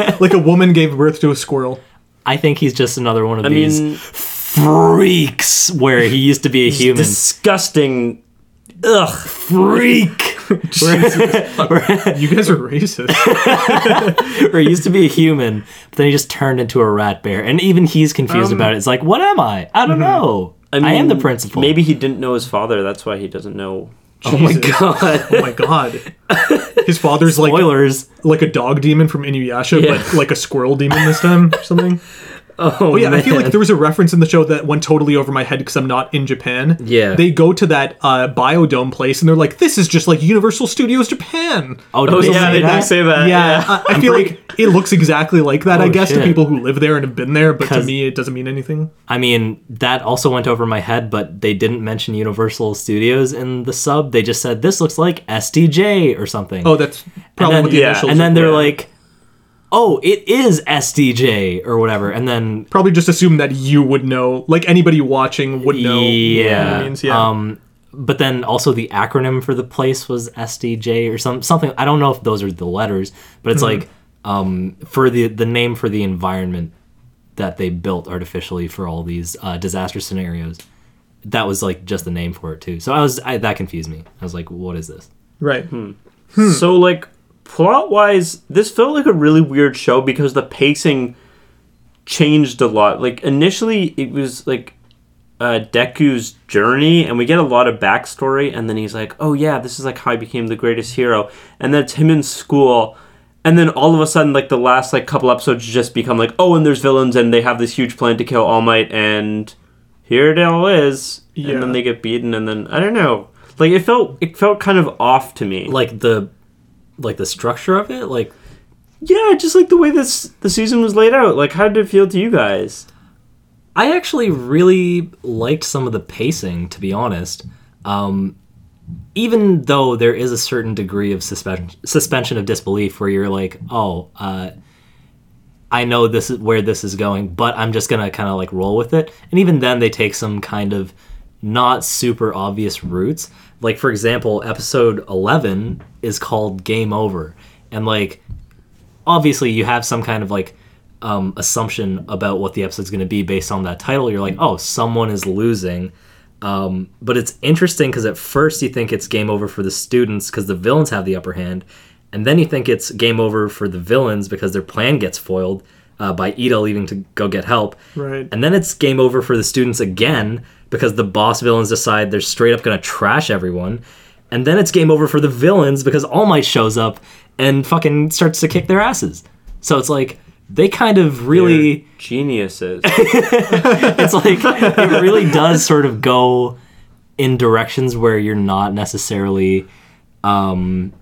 S3: god.
S6: Like a woman gave birth to a squirrel.
S4: I think he's just another one of
S3: I
S4: these
S3: mean,
S4: freaks where he used to be a human.
S3: disgusting. Ugh, freak.
S6: You guys are racist.
S4: or he used to be a human, but then he just turned into a rat bear. And even he's confused about it. It's like, what am I? I don't know. I, am the
S3: Um, mm-hmm. mean,
S4: principal.
S3: Maybe he didn't know his father. That's why he doesn't know.
S6: oh my god. Oh my god. His father's like
S4: spoilers.
S6: like a dog demon from Inuyasha, but like a squirrel demon this time or something.
S3: Oh,
S6: But yeah, I feel like there was a reference in the show that went totally over my head because I'm not in Japan.
S4: Yeah.
S6: They go to that uh, biodome place and they're like, this is just like Universal Studios Japan.
S4: oh, did
S3: yeah,
S4: they say
S3: they
S4: that?
S3: did say that.
S6: yeah. I, I feel like it looks exactly like that, I
S4: Oh,
S6: guess,
S4: shit.
S6: to people who live there and have been there, but to
S4: 'Cause-
S6: me, it doesn't mean anything.
S4: I mean, that also went over my head, but they didn't mention Universal Studios in the sub. They just said this looks like SDJ or something.
S6: Oh, that's probably
S4: and
S6: what
S4: then,
S6: the
S3: yeah,
S6: initials
S4: and then they're
S6: were.
S4: like, "Oh, it is SDJ or whatever." And then
S6: Probably just assume that you would know, like anybody watching would know. what
S4: yeah,
S6: that means. yeah.
S4: Um, but then also the acronym for the place was SDJ or some something. I don't know if those are the letters, but it's like um, for the the name for the environment that they built artificially for all these uh, disaster scenarios. That was like just the name for it too. So I was I, that confused me. I was like, "What is this?"
S6: right.
S3: So like plot wise, this felt like a really weird show because the pacing changed a lot. Like initially it was like uh, Deku's journey, and we get a lot of backstory, and then he's like, "Oh yeah, this is like how I became the greatest hero," and that's him in school, and then all of a sudden, like the last like couple episodes just become like, "Oh, and there's villains, and they have this huge plan to kill All Might, and here it all is,"
S6: Yeah.
S3: and then they get beaten, and then I don't know, like it felt it felt kind of off to me.
S4: Like the like the structure of it, like
S3: Yeah, just like the way this the season was laid out. Like, how did it feel to you guys?
S4: I actually really liked some of the pacing, to be honest. Um, even though there is a certain degree of suspension suspension of disbelief where you're like, oh, uh, I know this is where this is going, but I'm just gonna kind of like roll with it. And even then, they take some kind of not super obvious routes. Like for example, episode 11 is called Game Over, and like obviously you have some kind of like um, assumption about what the episode's going to be based on that title. You're like, oh, someone is losing. Um, but it's interesting because at first you think it's game over for the students because the villains have the upper hand, and then you think it's game over for the villains because their plan gets foiled uh, by Ida leaving to go get help.
S6: Right.
S4: And then it's game over for the students again because the boss villains decide they're straight up going to trash everyone. And then it's game over for the villains because All Might shows up and fucking starts to kick their asses. So it's like they kind of really
S3: Geniuses.
S4: it's like it really does sort of go in directions where you're not necessarily um,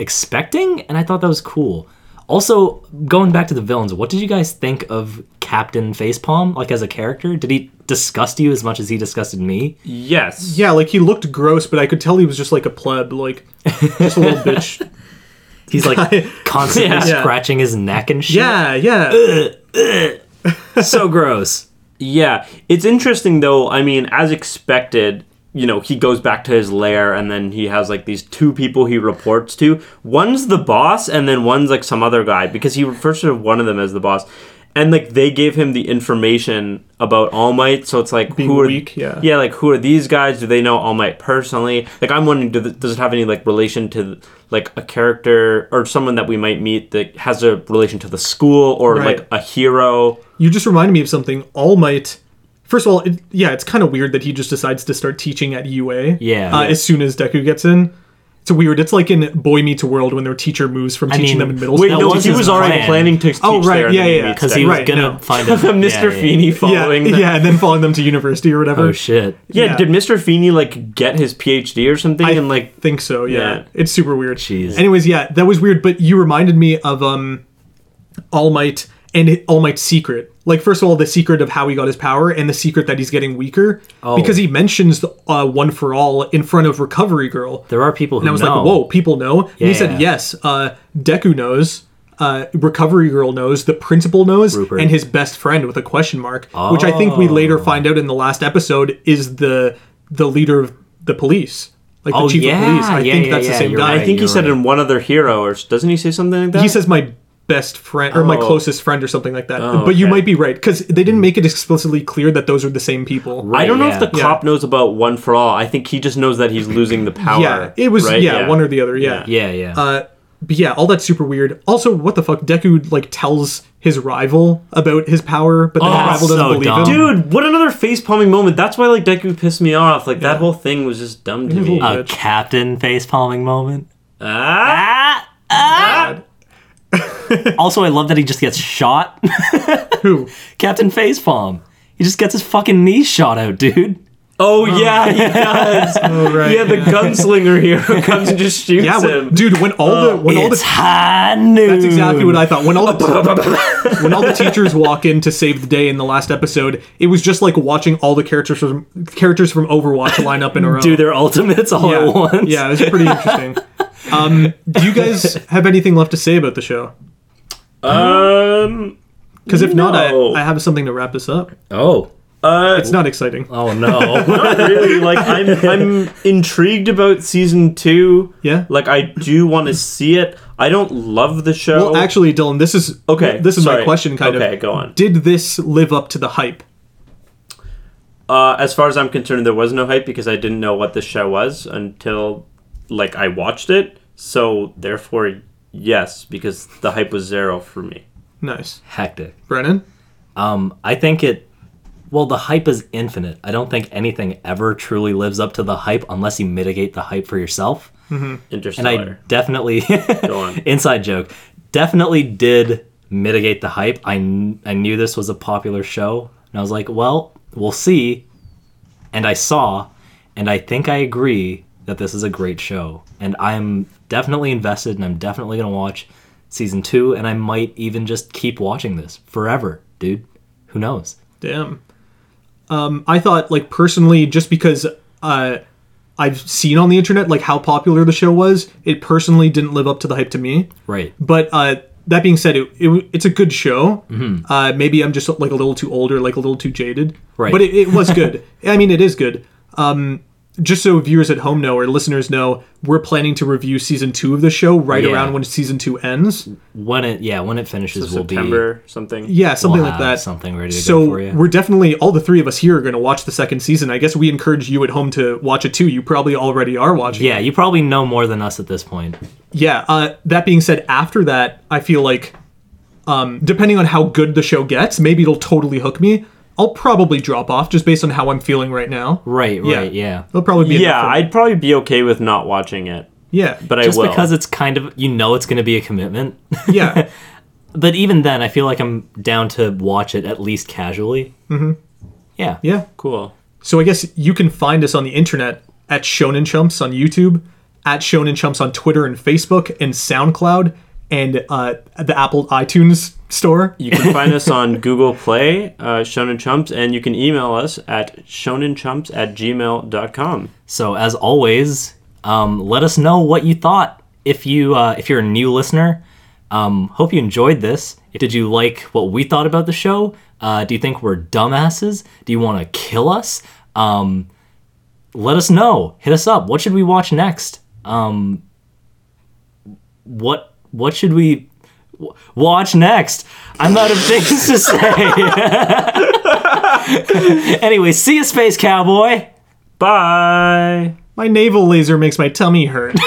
S4: expecting, and I thought that was cool. Also, going back to the villains, what did you guys think of Captain Facepalm, like as a character? Did he disgust you as much as he disgusted me?
S3: yes.
S6: Yeah, like he looked gross, but I could tell he was just like a pleb, like just a little bitch.
S4: He's like constantly
S6: Yeah.
S4: scratching his neck and shit.
S6: Yeah, yeah.
S4: so gross.
S3: Yeah. It's interesting though. I mean, as expected, you know, he goes back to his lair, and then he has like these two people he reports to. One's the boss, and then one's like some other guy because he refers to one of them as the boss. And like they gave him the information about All Might, so it's like
S6: Being
S3: who are
S6: weak, yeah.
S3: yeah like who are these guys? Do they know All Might personally? Like I'm wondering, do th- does it have any like relation to like a character or someone that we might meet that has a relation to the school or
S6: Right.
S3: like a hero?
S6: You just reminded me of something. All Might. First of all, it, yeah, it's kind of weird that he just decides to start teaching at UA.
S4: Yeah.
S6: Uh, As soon as Deku gets in, it's weird. It's like in Boy Meets World when their teacher moves from teaching
S4: mean,
S6: them in middle
S3: Wait,
S6: school.
S4: That
S3: no,
S4: was
S3: he
S4: his
S3: was already
S4: plan.
S3: planning to.
S6: Oh,
S3: teach
S6: right,
S3: there, and
S6: yeah,
S3: then he
S6: yeah,
S3: meets
S4: Because he
S3: them.
S4: was
S6: Right,
S4: gonna
S6: no.
S4: find a
S3: Mr. Feeney
S6: yeah,
S3: following. them.
S6: yeah, and then following them to university or whatever.
S4: Oh shit.
S3: Yeah,
S6: Yeah.
S3: Did Mr. Feeney like get his PhD or something?
S6: I
S3: and like,
S6: think so. Yeah.
S3: Yeah.
S6: it's super weird.
S4: Jeez.
S6: Anyways, yeah, that was weird. But you reminded me of um, All Might and it, All Might's secret. Like, first of all, the secret of how he got his power and the secret that he's getting weaker because he mentions the, uh, One for All in front of Recovery Girl.
S4: There are people who
S6: and I was
S4: know.
S6: like, whoa, people know? And he
S4: Yeah.
S6: said, yes, uh, Deku knows. Uh, Recovery Girl knows, the principal knows,
S4: Rupert. Oh.
S6: and his best friend with a question mark, which I think we later find out in the last episode is the the leader of the police, like
S4: Oh,
S6: the chief
S4: yeah,
S6: of police. I
S4: yeah,
S6: think
S4: yeah,
S6: that's
S4: yeah,
S6: the same
S4: you're
S6: guy.
S4: right.
S3: I think he
S4: you're
S3: said
S4: right.
S3: in one other hero, or s- doesn't he say something like that?
S6: He says my best friend or my
S3: Oh.
S6: closest friend or something like that.
S4: Oh,
S6: But you
S3: okay.
S6: might be right because they didn't make it explicitly clear that those are the same people.
S4: Right,
S3: I don't know
S4: yeah.
S3: if the
S6: Yeah.
S3: cop knows about one for all. I think he just knows that he's losing the power.
S6: Yeah, it was
S3: right?
S6: yeah, one or the other. Yeah.
S4: Yeah, yeah.
S6: Uh, but yeah, all that's super weird. Also, what the fuck? Deku like tells his rival about his power, but then
S4: Oh,
S6: his rival doesn't
S4: so
S6: believe
S4: dumb.
S6: him.
S3: Dude, what another face palming moment. That's why like Deku pissed me off. Like that whole thing was just dumb to me.
S6: Uh,
S4: a captain face palming moment.
S3: Ah,
S4: Ah, ah. also, I love that he just gets shot.
S6: Who?
S4: captain face palm. He just gets his fucking knee shot out, dude.
S3: oh yeah, he does.
S6: Oh, right.
S3: Yeah, the gunslinger hero comes and just shoots
S6: Yeah, when-
S3: him.
S6: dude. When all the when all
S4: It's
S6: the
S4: high noon.
S6: that's exactly what I thought. When all the when all the teachers walk in to save the day in the last episode, it was just like watching all the characters from characters from Overwatch line up in a row.
S4: do their ultimates all
S6: yeah.
S4: at once.
S6: Yeah, it was pretty interesting. um, do you guys have anything left to say about the show?
S3: Um,
S6: Because if not,
S3: No.
S6: I, I have something to wrap this up.
S4: Oh.
S3: uh,
S6: It's not exciting.
S4: Oh no.
S3: not really. Like I'm, I'm intrigued about season two.
S6: Yeah.
S3: Like I do want to see it. I don't love the show.
S6: Well, actually, Dylan, this is
S3: Okay,
S6: This is my
S3: sorry.
S6: question, kind of.
S3: Okay, go on.
S6: Did this live up to the hype?
S3: Uh, as far as I'm concerned, there was no hype because I didn't know what this show was until like I watched it. So therefore, yes, because the hype was zero for me.
S6: Nice,
S4: Hectic.
S6: Brennan.
S4: Um, I think it. Well, the hype is infinite. I don't think anything ever truly lives up to the hype unless you mitigate the hype for yourself. And
S3: Interstellar.
S4: I definitely
S3: on.
S4: inside joke. Definitely did mitigate the hype. I kn- I knew this was a popular show, and I was like, well, we'll see. And I saw, and I think I agree that this is a great show, and I'm definitely invested, and I'm definitely gonna watch season two, and I might even just keep watching this forever, dude. Who knows?
S6: Damn. Um, I thought, like, personally, just because uh, I've seen on the internet, like, how popular the show was, it personally didn't live up to the hype to me.
S4: Right.
S6: But uh, that being said, it, it, it's a good show. Uh, maybe I'm just, like, a little too older, like, a little too jaded.
S4: Mm-hmm. Right.
S6: But it, it was good. I mean, it is good. Um, just so viewers at home know or listeners know, we're planning to review season two of the show right
S4: Yeah.
S6: around when season two ends.
S4: When it yeah when it finishes, will
S3: September something.
S6: Yeah,
S4: be
S6: something
S4: we'll
S6: like
S4: have
S6: that.
S4: something ready to
S6: So
S4: go for you.
S6: we're definitely all the three of us here are going to watch the second season. I guess we encourage you at home to watch it too. You probably already are watching.
S4: yeah, you probably know more than us at this point.
S6: Yeah. Uh, that being said, after that, I feel like, um, depending on how good the show gets, maybe it'll totally hook me. I'll probably drop off just based on how I'm feeling right now.
S4: Right,
S6: Yeah.
S4: right, yeah.
S6: It'll probably be
S3: Yeah,
S6: enough for me.
S3: I'd probably be okay with not watching it,
S6: yeah,
S3: but I
S4: Just
S3: will.
S4: because it's kind of you know it's going to be a commitment.
S6: yeah,
S4: but even then, I feel like I'm down to watch it at least casually. Mm-hmm. Yeah.
S6: yeah.
S3: cool.
S6: So I guess you can find us on the internet at Shonen Chumps on YouTube, at Shonen Chumps on Twitter and Facebook and SoundCloud and uh, the Apple iTunes store.
S3: You can find us on Google Play, uh, Shonen Chumps, and you can email us at shonenchumps at gmail.com.
S4: So as always, um, let us know what you thought. If you uh, if you're a new listener, um, hope you enjoyed this. Did you like what we thought about the show? Uh, do you think we're dumbasses? Do you want to kill us? Um, let us know. Hit us up. What should we watch next? Um, what what should we w- watch next? I'm out of things to say. anyway, see you, space cowboy.
S3: Bye.
S6: My navel laser makes my tummy hurt.